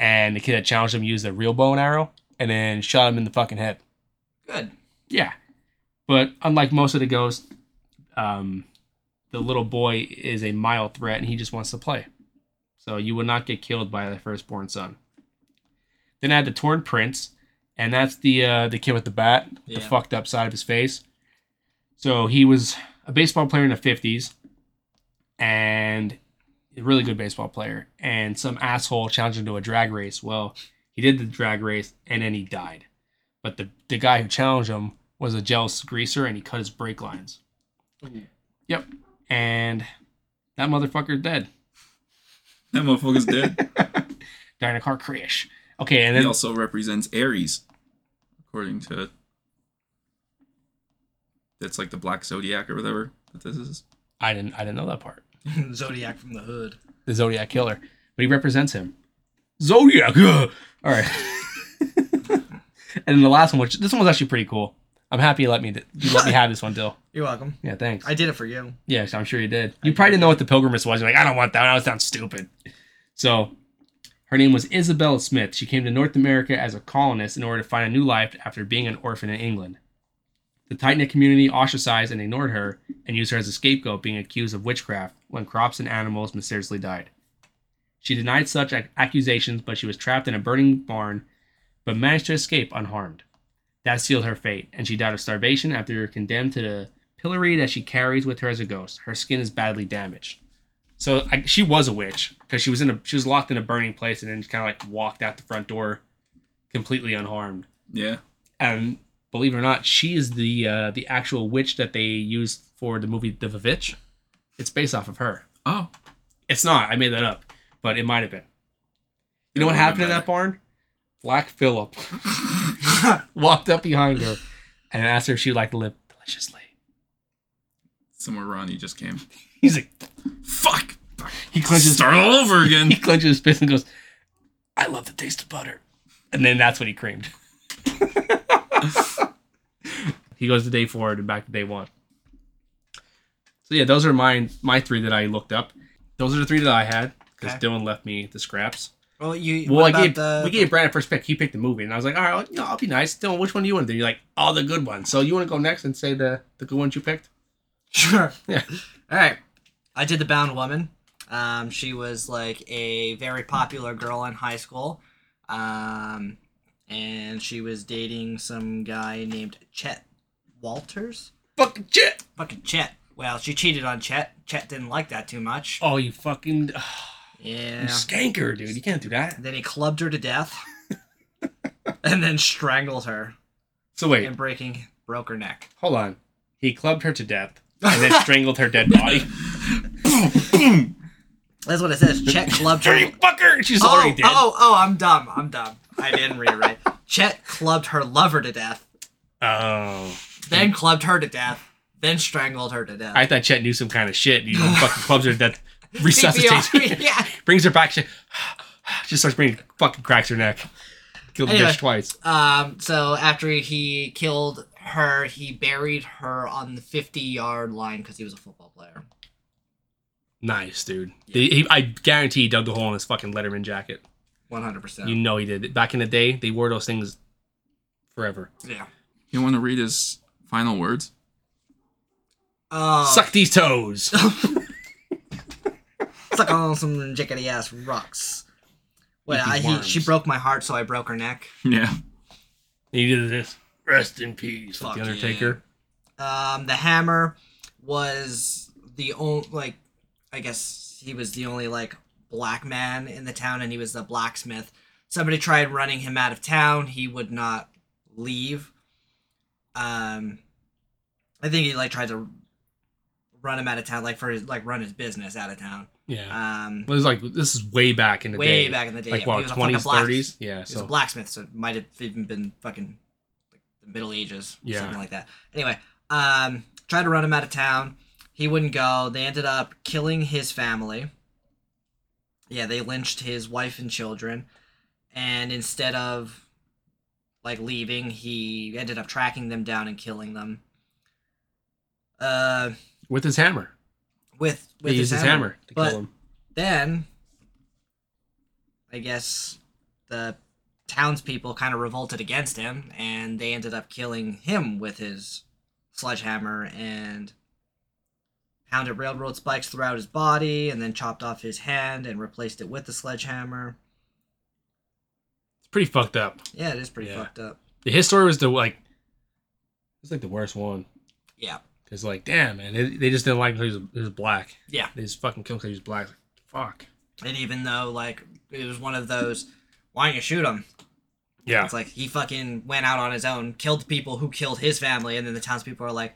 and the kid that challenged him used a real bow and arrow, and then shot him in the fucking head.
(laughs) Good. (laughs)
Yeah. But unlike most of the ghosts, um, the little boy is a mild threat and he just wants to play. So you will not get killed by the firstborn son. Then I had the torn prince, and that's the uh, the kid with the bat,
Yeah.
the fucked up side of his face. So he was a baseball player in the fifties, and a really good baseball player. And some asshole challenged him to a drag race. Well, he did the drag race, and then he died but the, the guy who challenged him was a jealous greaser and he cut his brake lines. Yep. And that motherfucker's dead.
"That motherfucker's dead."
Died in a car crash. Okay, and
he
then
also represents Aries, according to. That's like the black zodiac or whatever that this is.
I didn't I didn't know that part.
Zodiac from the hood.
The Zodiac killer. But he represents him. Zodiac. ugh. All right. (laughs) And then the last one, which this one was actually pretty cool. I'm happy you let me you let me have this one, Dill.
You're welcome.
Yeah, thanks.
I did it for you.
Yeah, I'm sure you did. You probably didn't know what the pilgrimage was. You're like, I don't want that. That sounds stupid. So, her name was Isabella Smith. She came to North America as a colonist in order to find a new life after being an orphan in England. The tight knit community ostracized and ignored her and used her as a scapegoat, being accused of witchcraft when crops and animals mysteriously died. She denied such ac- accusations, but she was trapped in a burning barn, but managed to escape unharmed. That sealed her fate, and she died of starvation after condemned to the pillory that she carries with her as a ghost. Her skin is badly damaged. So I, she was a witch because she was in a she was locked in a burning place and then kind of like walked out the front door, completely unharmed.
Yeah.
And believe it or not, she is the uh, the actual witch that they used for the movie The Vavitch. It's based off of her.
Oh.
It's not. I made that up, but it might have been. You
It
know what
wouldn't
happened in
matter.
that barn? Black Phillip (laughs) walked up behind her and asked her if she would like to live deliciously.
Somewhere Ronnie just came.
He's like,
Fuck.
he clenches
Start all over
(laughs) he
again.
clenches his fist and goes, I love the taste of butter. And then that's what he creamed. (laughs) he goes to day forward and back to day one. So yeah, those are mine my three that I looked up. Those are the three that I had because
Okay.
Dylan left me the scraps.
Well, you.
Well,
what
I
about
gave
the,
we gave Brandon first pick. He picked the movie, and I was like, "All right, you know, I'll be nice." Dylan, which one do you want to do? You're like, "All the good ones." So you want to go next and say the the good ones you picked?
Sure.
Yeah.
All right. I did the Bound Woman. Um, she was like a very popular girl in high school, um, and she was dating some guy named Chet Walters.
Fucking shit!
Fucking Chet. Well, she cheated on Chet. Chet didn't like that too much.
Oh, you fucking (sighs)
Yeah.
you skanker, dude! You can't do that.
Then he clubbed her to death, and then strangled her
So wait,
and breaking broke her neck.
Hold on. He clubbed her to death and
(laughs)
then strangled her dead body.
That's what it says. Chet
(laughs)
clubbed her.
(laughs) Dirty fucker! She's
Oh,
already dead. Oh,
oh, oh, I'm dumb. I'm dumb. I didn't reread. (laughs) Chet clubbed her lover to death, oh.
Oh.
then clubbed her to death, then strangled her to (laughs) death.
I thought Chet knew some kind of shit.
(laughs)
He fucking clubs her to death, resuscitates
CPR,
her,
(laughs) yeah.
(laughs) brings her back. She (sighs) just starts bringing fucking cracks her neck. Killed the
Anyway.
bitch twice.
Um, so after he killed her, he buried her on the 50 yard line because he was a football player.
Nice, dude. They- he- I guarantee he dug the hole in his fucking Letterman jacket.
100%.
You know he did. Back in the day, they wore those things forever.
yeah.
You want to read his final words?
Oh, suck. (laughs)
Suck these toes.
on some jickety ass rocks. Well,
Eat
I,
these
he, she
worms.
broke my heart, so I broke her neck.
Yeah.
he did this. Rest in peace. like
Fuck yeah.
the Undertaker.
Um, the hammer was the only like, I guess he was the only like black man in the town, and he was the blacksmith. Somebody tried running him out of town. He would not leave. Um, I think he like tried to run him out of town, like for his like run his business out of town.
Yeah.
Um,
It was like this is way back in the
way
day.
back in the day,
like
yeah,
what
he was a fucking
twenties,
black-
thirties. Yeah.
He was
So
a blacksmith, so it might have even been fucking like the Middle Ages,
Yeah.
something like that. Anyway, um, tried to run him out of town. He wouldn't go. They ended up killing his family. Yeah, they lynched his wife and children, and instead of like leaving, he ended up tracking them down and killing them. Uh,
with his hammer,
with with
he used his hammer, to
But-
kill him.
then I guess the townspeople kind of revolted against him and they ended up killing him with his sledgehammer and pounded railroad spikes throughout his body and then chopped off his hand and replaced it with the sledgehammer.
It's pretty fucked up.
Yeah, it is pretty
Yeah.
fucked up.
His story was the like, it's like the worst one
Yeah.
because like, damn man, they, they just didn't like him 'cause he was, he was black.
Yeah.
They just fucking killed him 'cause he was black. Like, fuck.
And even though like it was one of those why don't you shoot him?
Yeah.
It's like he fucking went out on his own, killed the people who killed his family, and then the townspeople are like,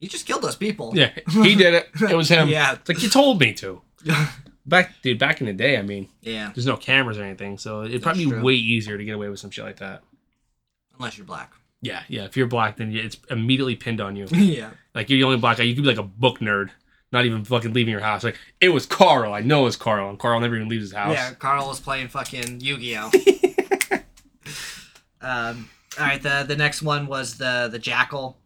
"He just killed those people."
Yeah. He did it. It was
(laughs)
him.
Yeah.
It's like you told
(laughs)
me to. Back dude, back in the day, I mean,
yeah,
there's no cameras or anything, so it'd
That's
probably be
true.
way easier to get away with some shit like that.
unless you're black. (laughs)
Yeah, yeah. If you're black, then it's immediately pinned on you.
yeah.
Like you're the only black guy. You could be like a book nerd, not even fucking leaving your house. Like it was Carl. I know it was Carl, and Carl never even leaves his house. (laughs)
Yeah, Carl was playing fucking Yu-Gi-Oh. Um, all right. The the next one was the the jackal.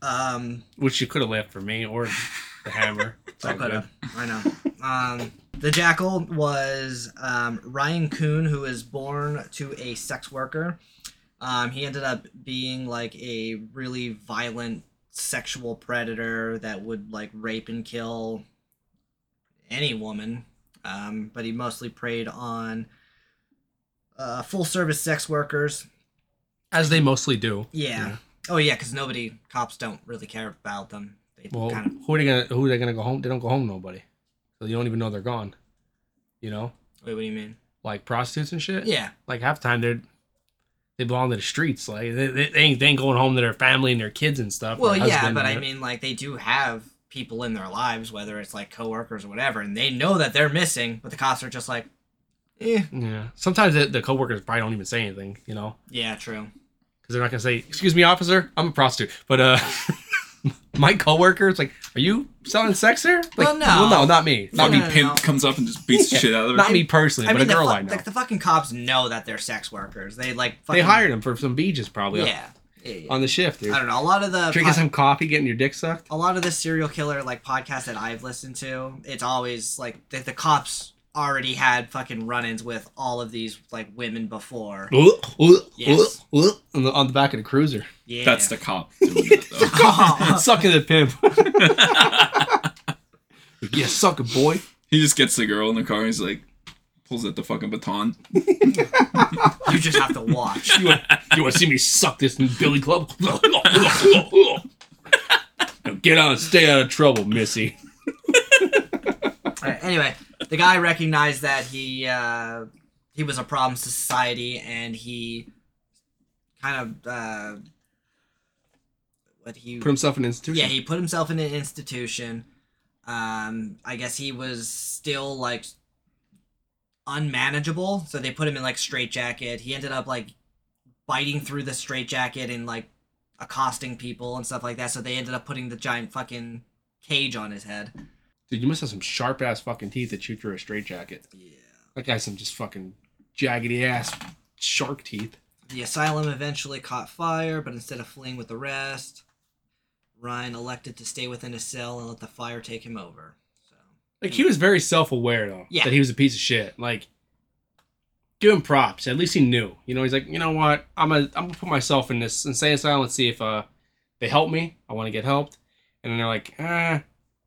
Um,
Which you could have left for me or
(laughs)
the hammer. It's
I
all
could
good.
have. I know. Um, the jackal was um, Ryan Kuhn, who was born to a sex worker. Um, he ended up being like a really violent sexual predator that would like rape and kill any woman. Um, but he mostly preyed on uh, full service sex workers.
As they mostly do.
Yeah.
Yeah.
Oh yeah, because nobody cops don't really care about them. They
Well,
kind of
who are they gonna who are they gonna go home? They don't go home to nobody. So you don't even know they're gone. You know?
wait. What do you mean?
Like prostitutes and shit.
Yeah.
Like half the time they're they belong to the streets. Like they, they, they ain't, they ain't going home to their family and their kids and stuff.
Well,
their
yeah,
husband
but
and
I
their-
mean, like they do have people in their lives, whether it's like coworkers or whatever, and they know that they're missing, but the cops are just like, eh,
Yeah. Sometimes the, the coworkers probably don't even say anything, you know,
yeah, true.
because they're not gonna say, "Excuse me, officer, I'm a prostitute." But uh, (laughs) my coworker, it's like, "Are you selling sex here?" Like,
Well, no.
Well, no, not me. Not,
Fucking
no, no,
pimp
no.
comes up and just beats
(laughs)
the shit out of her.
not me personally,
I
but
mean,
a girl
the, fu-
I know.
like, the fucking cops know that they're sex workers. They like
they
fucking,
hired him for some beaches probably
yeah. yeah, yeah.
on the shift, dude.
I don't know. A lot of the
Drinking
pod-
some coffee, getting your dick sucked.
a lot of the serial killer like podcasts that I've listened to, it's always like the, the cops already had fucking run-ins with all of these like women before. Yes.
on, the, on the back of
(coughs)
the cruiser,
Yeah.
That's
(laughs)
the cop doing that though.
sucking the pimp. (laughs) yeah, suck it, boy.
He just gets the girl in the car and he's like, pulls out the fucking baton.
(laughs) you just have to watch.
You want, you want to see me suck this in Billy Club? (laughs)
(laughs)
now get on, stay out of trouble, Missy.
Alright, anyway, the guy recognized that he uh, he was a problem to society, and he kind of uh, what he
Put himself in an institution.
yeah he put himself in an institution. Um, I guess he was still like unmanageable, so they put him in like straitjacket. He ended up like biting through the straitjacket and like accosting people and stuff like that. So they ended up putting the giant fucking cage on his head.
Dude, you must have some sharp ass fucking teeth that shoot through a straitjacket.
Yeah.
That guy's some just fucking jaggedy ass shark teeth.
The asylum eventually caught fire, but instead of fleeing with the rest, Ryan elected to stay within his cell and let the fire take him over. So
Like he was very self aware though.
Mm. Yeah.
That he was a piece of shit. Like give him props. At least he knew. You know, he's like, you know what? I'm gonna I'm gonna put myself in this insane asylum and see if uh they help me. I wanna get helped. And then they're like, eh,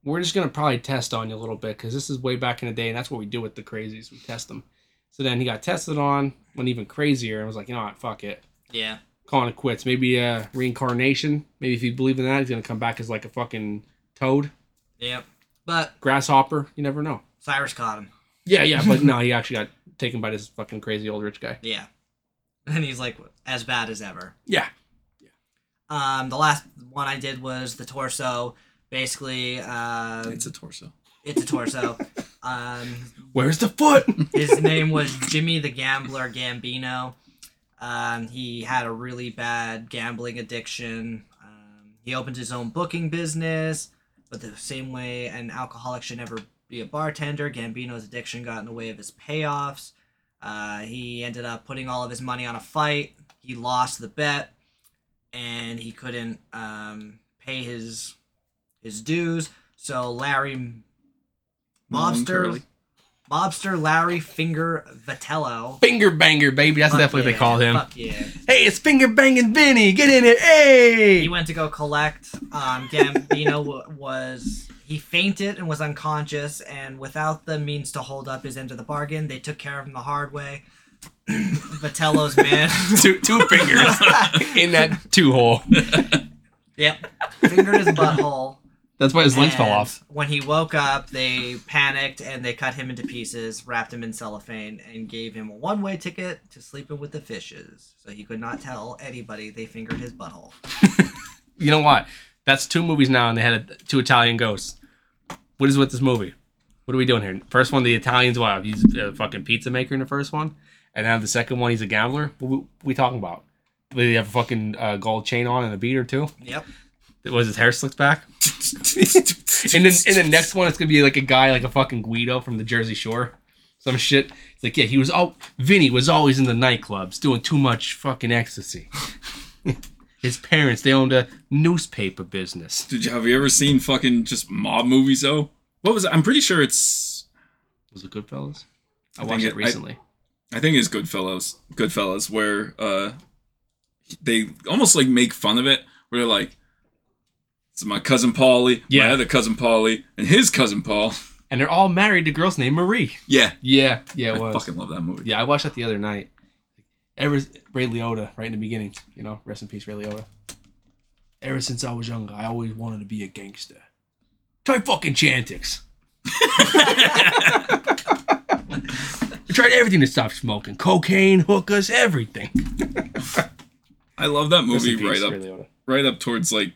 we're just gonna probably test on you a little bit because this is way back in the day and that's what we do with the crazies. We test them. So then he got tested on, went even crazier and was like, you know what, fuck it.
yeah,
Calling it quits. Maybe uh reincarnation. Maybe if you believe in that, he's gonna come back as like a fucking toad,
yep. But
grasshopper. You never know.
Cyrus caught him.
Yeah, yeah, but no, he actually got taken by this fucking crazy old rich guy.
Yeah, (laughs) and he's like as bad as ever.
Yeah.
Um, the last one I did was the torso. Basically, uh,
It's a torso.
it's a
(laughs)
torso. um,
Where's the foot?
His name was Jimmy the Gambler Gambino. Um, he had a really bad gambling addiction. Um, he opened his own booking business, but the same way an alcoholic should never be a bartender, Gambino's addiction got in the way of his payoffs. Uh, he ended up putting all of his money on a fight. He lost the bet, and he couldn't um, pay his his dues. So Larry
Long
Mobster
(laughs)
(laughs)
curly.
Mobster Larry Finger Vitello.
(laughs) finger banger, baby. That's definitely what they called him.
Fuck yeah.
Hey, it's finger banging Vinny. Get in here.
He
Hey.
went to go collect. Um, Gambino wa- was. He fainted and was unconscious, and without the means to hold up his end of the bargain, they took care of him the hard way. (coughs) Vitello's man.
(laughs)
(laughs)
two, two fingers (laughs) in that two hole.
yep. Fingered his butthole.
That's why his legs fell
and
off.
When he woke up, they panicked and they cut him into pieces, wrapped him in cellophane, and gave him a one way ticket to sleeping with the fishes. So he could not tell anybody they fingered his butthole.
You know what? That's two movies now, and they had a, two Italian ghosts. What is with this movie? What are we doing here? First one, the Italian's wild. He's a fucking pizza maker in the first one, and now the second one, he's a gambler. What we, we talking about? They have a fucking uh, gold chain on and a beater too.
Yep.
was his hair slicked back. and then in the next one, it's gonna be like a guy like a fucking Guido from the Jersey Shore, some shit. It's like, yeah, he was all Vinny was always in the nightclubs doing too much fucking ecstasy. (laughs) His parents, they owned a newspaper business.
Did you have you ever seen fucking just mob movies though? What was it? I'm pretty sure it's
Was it Goodfellas? I,
think
watched
it-
it
I-
recently.
I think it's Goodfellas. Goodfellas where uh they almost like make fun of it where they're like it's my cousin Paulie,
Yeah.
my other cousin Paulie, and his cousin Paul.
and they're all married to girls named Marie.
Yeah.
Yeah, yeah,
I fucking love that movie.
Yeah, I watched that the other night. Ever Ray Liotta, right in the beginning, you know, rest in peace, Ray Liotta. Ever since I was younger, I always wanted to be a gangster. Try fucking (laughs) Chantix. I tried everything to stop smoking: cocaine, hookers, everything.
I love that
Rest in
movie
peace,
right up
Ray Liotta.
right up towards like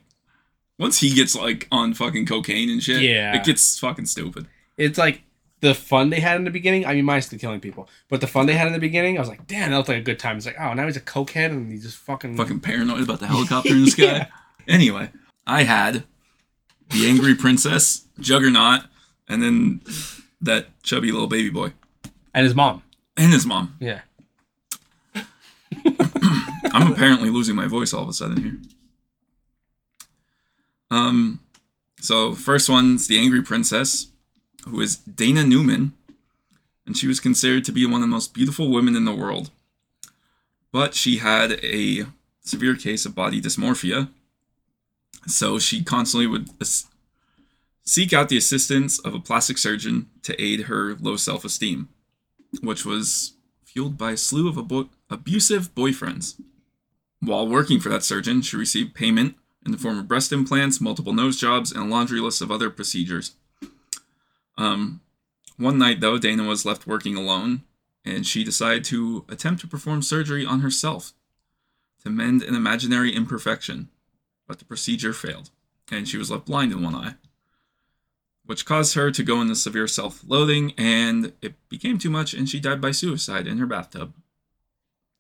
once he gets like on fucking cocaine and shit,
Yeah.
it gets fucking stupid.
It's like the fun they had in the beginning. I mean, minus the killing people, but the fun they had in the beginning, I was like, damn, that was like a good time. It's like, oh, now he's a cokehead and he's just fucking.
Fucking paranoid about the helicopter in the sky. Anyway, I had the angry princess, Juggernaut, and then that chubby little baby boy
and his mom.
and his mom.
Yeah.
I'm apparently losing my voice all of a sudden here. Um, so first one's the angry princess, who is Dana Newman, and she was considered to be one of the most beautiful women in the world. But she had a severe case of body dysmorphia, so she constantly would as- seek out the assistance of a plastic surgeon to aid her low self-esteem, which was fueled by a slew of abo- abusive boyfriends. While working for that surgeon, she received payment in the form of breast implants, multiple nose jobs, and a laundry list of other procedures. Um, one night, though, Dana was left working alone, and she decided to attempt to perform surgery on herself to mend an imaginary imperfection. But the procedure failed, and she was left blind in one eye, which caused her to go into severe self loathing, and it became too much, and she died by suicide in her bathtub.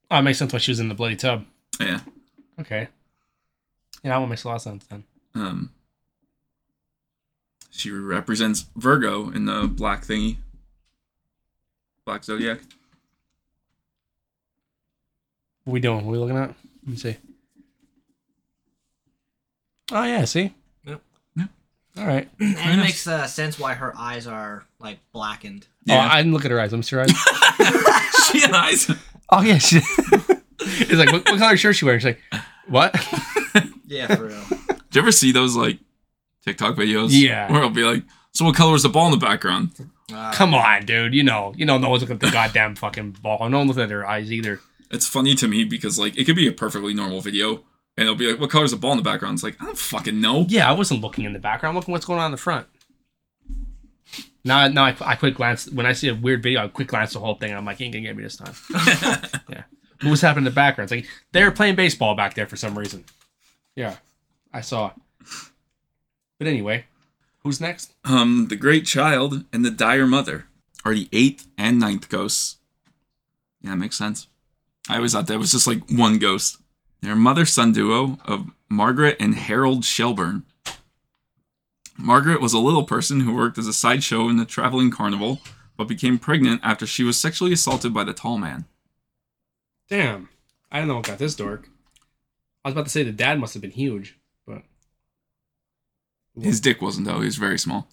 Oh, it makes sense why she was in the bloody tub.
Yeah.
Okay. Yeah, that one makes a lot of sense then.
Um, she represents Virgo in the black thingy, black zodiac.
What we doing? What we looking at? Let me see. Oh yeah, see.
Yep.
Yep.
All right.
(clears throat) And it makes uh, sense why her eyes are like blackened.
Oh, I didn't look at her eyes. Let me see her eyes.
(laughs) she and eyes.
(laughs) oh yeah, she. (laughs) it's like what, what color shirt she wearing? She's like, what?
Yeah, for real.
Do you ever see those like TikTok videos?
Yeah.
Where it'll be like, so what color is the ball in the background?
Uh,
Come on, dude. You know, you know, no one's looking at the goddamn fucking ball. No one looks at her eyes either.
It's funny to me because like it could be a perfectly normal video, and it'll be like, what color is the ball in the background? It's like I don't fucking know.
Yeah, I wasn't looking in the background. I'm looking what's going on in the front. Now, now I, I quick glance when I see a weird video. I quick glance the whole thing. And I'm like, "You ain't gonna get me this time." yeah, what was happening in the background? It's like they were playing baseball back there for some reason. Yeah, I saw. But anyway, who's next?
Um, the Great Child and the Dire Mother are the eighth and ninth ghosts. Yeah, that makes sense. I always thought that was just like one ghost. They're a mother son duo of Margaret and Harold Shelburne. Margaret was a little person who worked as a sideshow in the traveling carnival, but became pregnant after she was sexually assaulted by the tall man.
Damn, I don't know what got this dork. I was about to say the dad must have been huge, but
His dick wasn't, though, he was very small.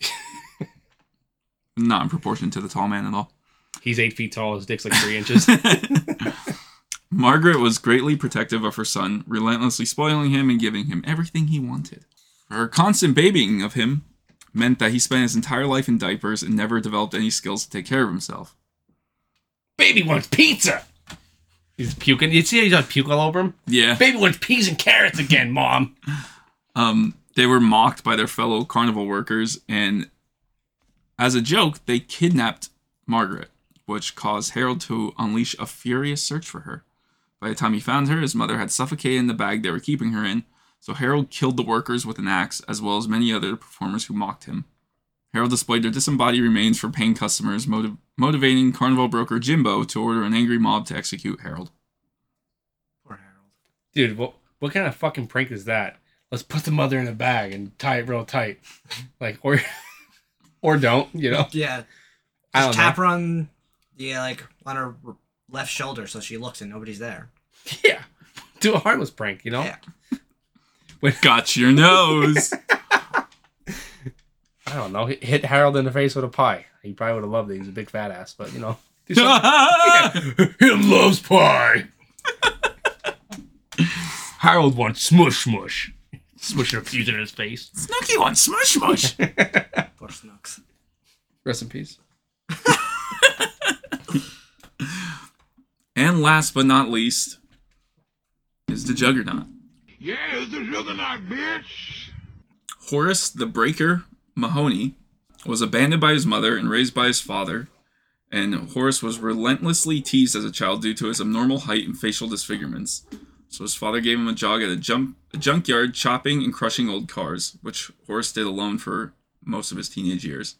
Not in proportion to the tall man at all.
he's eight feet tall. His dick's like three
(laughs)
inches.
Margaret was greatly protective of her son, relentlessly spoiling him and giving him everything he wanted. Her constant babying of him meant that he spent his entire life in diapers and never developed any skills to take care of himself.
Baby wants pizza. He's puking. You see how he's got puke all over him?
Yeah.
Baby wants peas and carrots again, Mom.
Um, they were mocked by their fellow carnival workers, and as a joke, they kidnapped Margaret, which caused Harold to unleash a furious search for her. By the time he found her, his mother had suffocated in the bag they were keeping her in, so Harold killed the workers with an axe, as well as many other performers who mocked him. Harold displayed their disembodied remains for paying customers, motiv- motivating carnival broker Jimbo to order an angry mob to execute Harold.
Poor Harold.
Dude, what what kind of fucking prank is that? Let's put the mother in a bag and tie it real tight, like (laughs) or or don't, you know?
Yeah.
I
Just
don't
tap
know.
her on yeah, like on her r- left shoulder, so she looks and nobody's there.
Yeah. Do a heartless prank, you know?
Yeah.
Got your nose.
I don't know. Hit, hit Harold in the face with a pie. He probably would have loved it. He's a big fat ass, but you know. do something.
(laughs)
(laughs) Him loves (laughs) pie. Harold wants smush smush. Smush a fuse in his face.
Snooky one, smush smush.
Poor Snooks.
Rest in peace.
and last but not least is the Juggernaut.
Yeah, it's the juggernaut, bitch.
Horace the Breaker Mahoney was abandoned by his mother and raised by his father, and Horace was relentlessly teased as a child due to his abnormal height and facial disfigurements. So his father gave him a job at a, jump, a junkyard chopping and crushing old cars, which Horace did alone for most of his teenage years.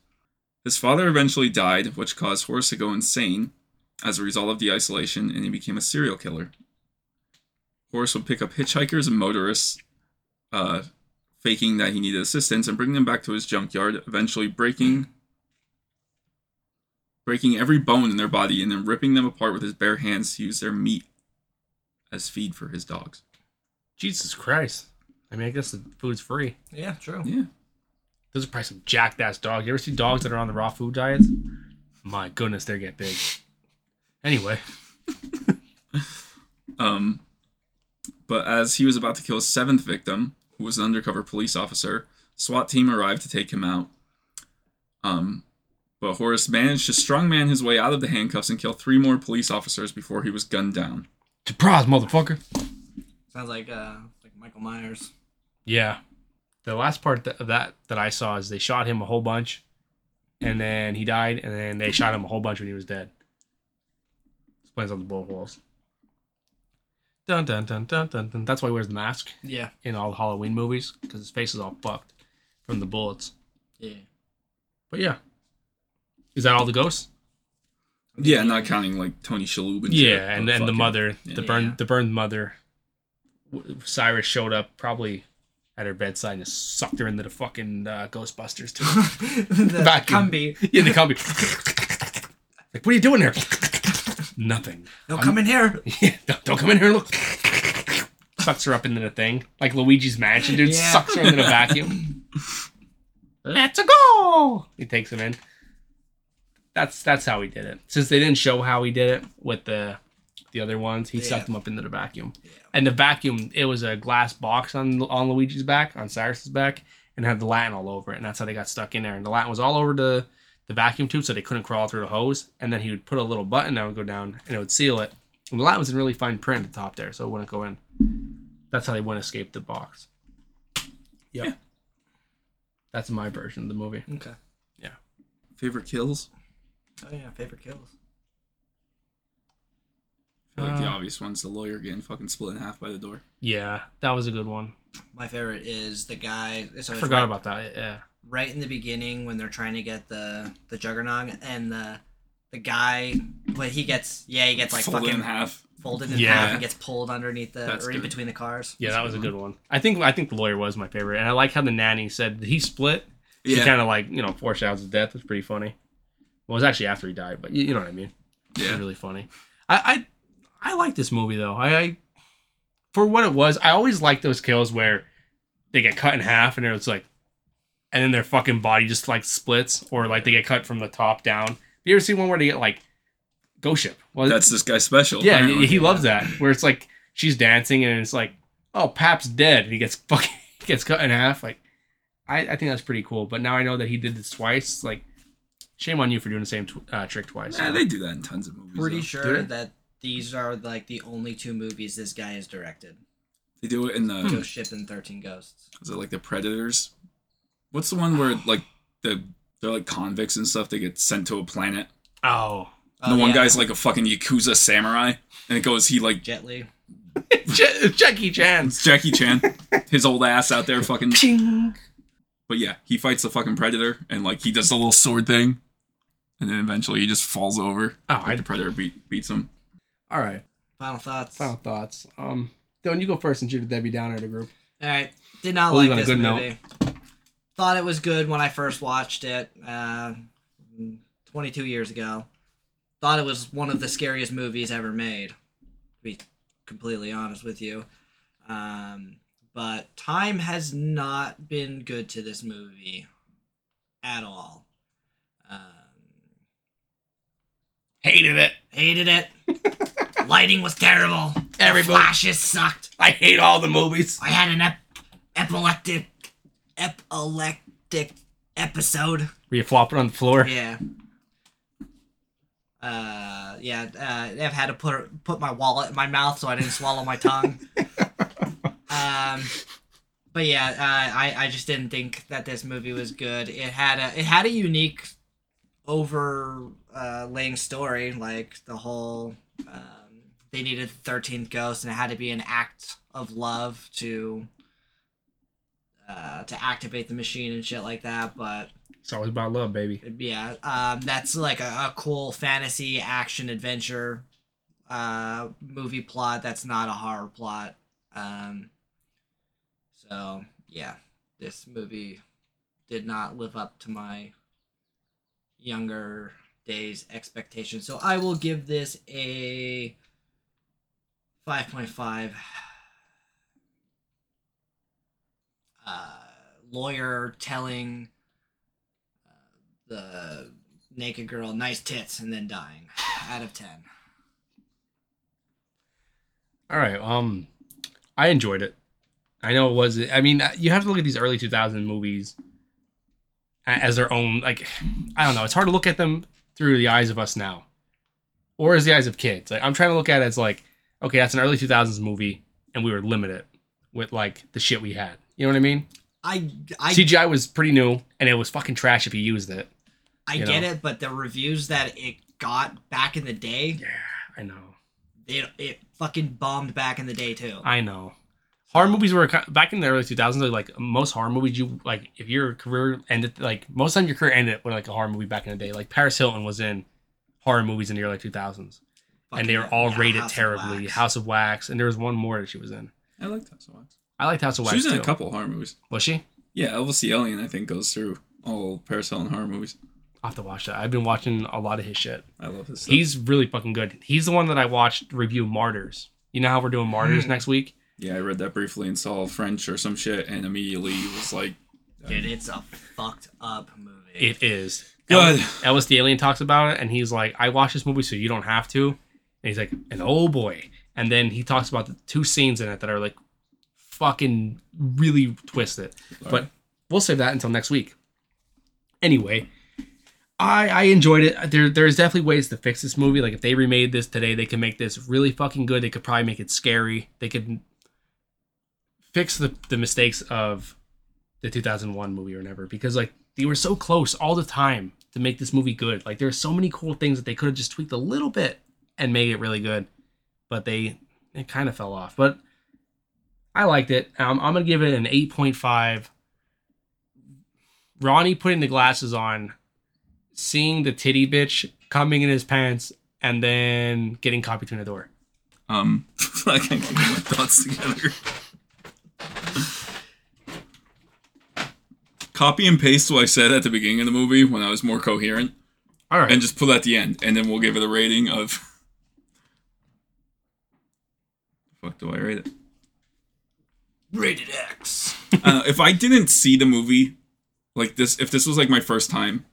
His father eventually died, which caused Horace to go insane as a result of the isolation, and he became a serial killer. Horace would pick up hitchhikers and motorists, uh, faking that he needed assistance and bringing them back to his junkyard, eventually breaking breaking every bone in their body and then ripping them apart with his bare hands to use their meat as feed for his dogs.
Jesus Christ. I mean, I guess the food's free.
Yeah, true.
Yeah.
Those are probably some jacked ass dogs. You ever see dogs that are on the raw food diets? My goodness, they get big. Anyway,
Um but as he was about to kill his seventh victim, who was an undercover police officer, SWAT team arrived to take him out. Um but Horace managed to strongman his way out of the handcuffs and kill three more police officers before he was gunned down.
surprise, motherfucker.
Sounds like uh, like Michael Myers.
Yeah. The last part tha- of that that I saw is they shot him a whole bunch, and then he died, and then they shot him a whole bunch when he was dead. Explains on the bullet holes. Dun dun dun dun dun dun. That's why he wears the mask
Yeah.
in all the Halloween movies because his face is all fucked from the bullets.
Yeah.
But yeah, is that all the ghosts?
Yeah, not counting like Tony Shalhoub and shit,
Yeah, and
but
then the
fucking-
mother, the
Yeah.
burned, the burned mother. W- Cyrus showed up probably at her bedside and just sucked her into the fucking uh, Ghostbusters too.
(laughs) the
Vacuum.
Cumby.
Yeah, they call me. (laughs) like, what are you
(laughs)
doing here? Nothing.
No, come in
(laughs)
here.
Yeah, don't, don't come in here and look. Sucks her up into the thing. Like Luigi's Mansion, dude.
Yeah.
Sucks her into the vacuum. Let's go. He takes him in. That's that's how he did it. Since they didn't show how he did it with the the other ones, he sucked him up into the vacuum. And the vacuum, it was a glass box on on Luigi's back, on Cyrus's back, and had the Latin all over it. And that's how they got stuck in there. And the Latin was all over the the vacuum tube, so they couldn't crawl through the hose. And then he would put a little button that would go down, and it would seal it. And the Latin was in really fine print at the top there, so it wouldn't go in. That's how they wouldn't escape the box. Yeah. (laughs) That's my version of the movie.
Okay.
favorite kills.
Oh yeah, favorite kills.
I feel like the
Uh,
obvious one's the lawyer getting fucking split in half by the door.
Yeah, that was a good one.
My favorite is the guy. So
I
it's
forgot
right,
about that. Yeah.
right in the beginning when they're trying to get the the juggernaut and the the guy. But he gets yeah, he gets like
Folded
fucking
in half.
folded in
Yeah.
half and gets pulled underneath the
That's
or in
good.
between the cars.
Yeah, that was a good one. I think I think the lawyer was my favorite, and I like how the nanny said he split. She
Yeah,
kind of like you know foreshadows his death. It's pretty funny. Well, it was actually after he died, but you, you know what I mean. It's
yeah.
really funny. I I, I like this movie though. I, I for what it was, I always like those kills where they get cut in half and they're it's like, and then their fucking body just like splits or like they get cut from the top down. You ever see one where they get like ghost ship? Well,
That's this guy special.
yeah,
apparently.
he loves that. Where it's like she's dancing and it's like, oh, Pap's dead, and he gets (laughs) fucking he gets cut in half. Like, I, I think that's pretty cool. But now I know that he did this twice. Like, shame on you for doing the same tw- uh, trick twice.
Yeah, they do that in tons of movies.
Pretty
though.
sure
Dude.
that these are like the only two movies this guy has directed.
They do it in the
Hmm.
Ghost Ship and Thirteen Ghosts.
is it like the Predators? What's the one where like the they're like convicts and stuff? They get sent to a planet.
(laughs) oh,
And the
Oh,
one
yeah,
guy's like a fucking yakuza samurai, and it goes he like
Jet Li.
J- Jackie Chan's.
it's Jackie
(laughs)
Chan, his old ass out there fucking.
Ching.
But yeah, he fights the fucking predator, and like he does the little sword thing, and then eventually he just falls over.
Oh, I-
like, the predator beat, beats him.
All right.
Final thoughts.
Final thoughts. Um, Don, you go first and shoot a Debbie Downer to group.
All right. Did not
We'll leave
like
on a
this
good note.
movie. Thought it was good when I first watched it uh, 22 years ago. Thought it was one of the scariest movies ever made. To be completely honest with you, um, but time has not been good to this movie at all. Um,
Hated it.
hated it. Lighting was terrible.
Every
the
movie-
flashes sucked.
I hate all the movies.
I had an ep- epileptic, epileptic episode.
Were you flopping on the floor?
Yeah. Uh, yeah. Uh, I've had to put put my wallet in my mouth so I didn't swallow my tongue. um, but yeah, uh, I I just didn't think that this movie was good. It had a it had a unique overlaying uh, laying story, like the whole um, they needed the thirteenth ghost, and it had to be an act of love to. Uh, to activate the machine and shit like that, but
It's always about love, baby.
yeah um that's like a, a cool fantasy action adventure uh movie plot that's not a horror plot um so yeah this movie did not live up to my younger days expectations so i will give this a 5.5 uh lawyer telling the naked girl nice tits and then dying out of 10
All right. Um, I enjoyed it. I know it was. I mean, uh, you have to look at these early 2000 movies a- as their own. Like, I don't know. It's hard to look at them through the eyes of us now, or as the eyes of kids. Like, I'm trying to look at it as like, okay, that's an early 2000s movie, and we were limited with like the shit we had. You know what I mean?
i i,
CGI was pretty new, and it was fucking trash if you used it.
I
you
get
know.
it but the reviews that it got back in the day
Yeah, I know.
it, it fucking bombed back in the day too
I know. Horror movies were ki- back in the early 2000s. they're Like most horror movies, you like if your career ended, like most time your career ended with like a horror movie back in the day. Like Paris Hilton was in horror movies in the early 2000s, and they
Fucking,
were all
yeah,
rated
House of
terribly.
Wax.
House of Wax, and there was one more that she was in.
I liked House of Wax.
I liked House of Wax.
She was in
too.
a couple horror movies.
Was she?
Yeah, Elvis the Alien, I think, goes through all Paris Hilton horror movies.
I will have to watch that. I've been watching a lot of his shit.
I love this stuff.
He's really fucking good. He's the one that I watched review Martyrs. You know how we're doing Martyrs
Hmm.
next week.
yeah, I read that briefly and saw French or some shit, and immediately was like,
dude it's a fucked up movie
It is.
Good.
Ellis, Ellis the Alien talks about it, and he's like, I watched this movie so you don't have to. And he's like, and oh boy. And then he talks about the two scenes in it that are like fucking really twisted. But we'll save that until next week. Anyway, I I enjoyed it. There there's definitely ways to fix this movie. Like if they remade this today, they could make this really fucking good. They could probably make it scary. They could fix the, the mistakes of the 2001 movie or whatever because like they were so close all the time to make this movie good like there's so many cool things that they could have just tweaked a little bit and made it really good but they it kind of fell off but i liked it um, i'm gonna give it an 8.5 ronnie putting the glasses on seeing the titty bitch coming in his pants and then getting caught between the door
um, (laughs) I can't get my thoughts together. Copy and paste what I said at the beginning of the movie when I was more coherent,
all right
and just put at the end, and then we'll give it a rating of. (laughs) Fuck, do I rate it?
rated x
uh, if I didn't see the movie, like this, if this was like my first time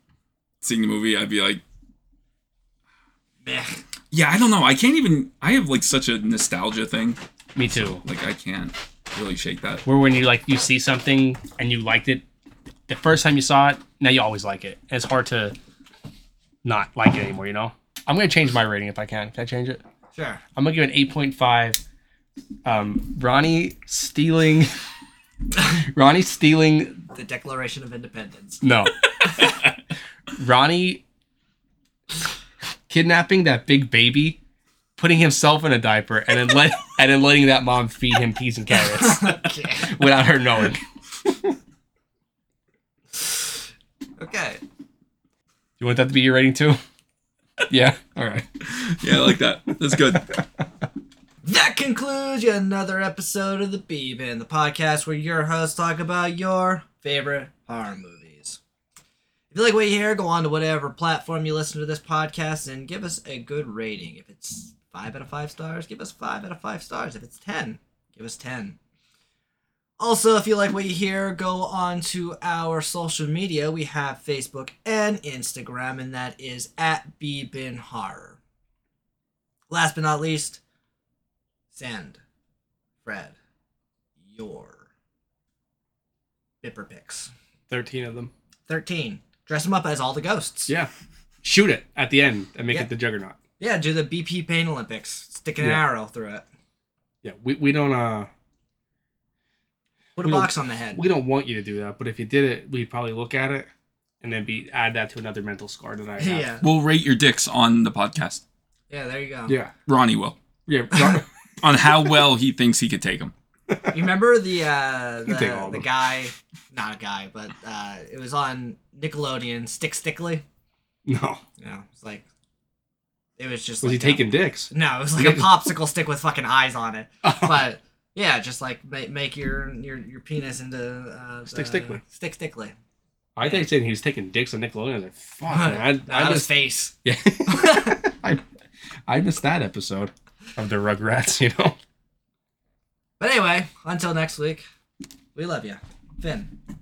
seeing the movie, I'd be like,
Meh.
yeah, I don't know. I can't even. I have like such a nostalgia thing.
me too
Like I can't really shake that.
where when you like you see something and you liked it the first time you saw it now you always like it it's hard to not like it anymore you know i'm gonna change my rating if i can can i change it
sure
i'm gonna give it an 8.5 um ronnie stealing (laughs) ronnie stealing
the declaration of independence
no (laughs) ronnie kidnapping that big baby putting himself in a diaper and then let and then letting that mom feed him peas and carrots
(laughs)
(laughs)
okay
without her knowing
okay
You want that to be your rating (laughs) too? yeah. All right.
(laughs) Yeah, I like that. That's good.
That concludes yet another episode of the B Bin, the podcast where your hosts talk about your favorite horror movies. If you like what you hear, go on to whatever platform you listen to this podcast and give us a good rating. If it's five out of five stars, give us five out of five stars. If it's 10, give us 10. Also, if you like what you hear, go on to our social media. We have Facebook and Instagram, and that is at Bebin Horror. Last but not least, send Fred your Bipper picks.
13 of them.
13. Dress him up as all the ghosts.
Yeah. Shoot it at the end and make
Yeah.
it the juggernaut.
Yeah, do the BP Pain Olympics. Stick an
Yeah.
arrow through it.
Yeah, we, we don't uh
Put a
We don't-
box on the head. (laughs)
we don't want you to do that, but if you did it, we'd probably look at it and then be add that to another mental scar that I have.
yeah.
We'll rate your dicks on the podcast.
Yeah, there you go.
(laughs) Yeah.
Ronnie will.
Yeah. (laughs) Ron-
On how well he thinks he could take them.
You remember the uh
(laughs) You take all
the,
of
the
them.
guy not a guy, but uh it was on Nickelodeon, Stick Stickly.
no.
You know, it's like it was just
Was he
like a-
taking dicks?
No, it was like a popsicle stick with fucking eyes on
(laughs)
it.
Uh-huh.
But yeah, just like make, make your your your penis into uh,
Stick
the-
Stickly.
Stick stickly.
I think saying he was taking dicks on Nickelodeon. I was like,
(laughs)
fuck, man. I, I,
Out of
missed,
face.
yeah. (laughs) I, I missed that episode of the Rugrats, (laughs) you know?
But anyway, until next week, we love you, Finn.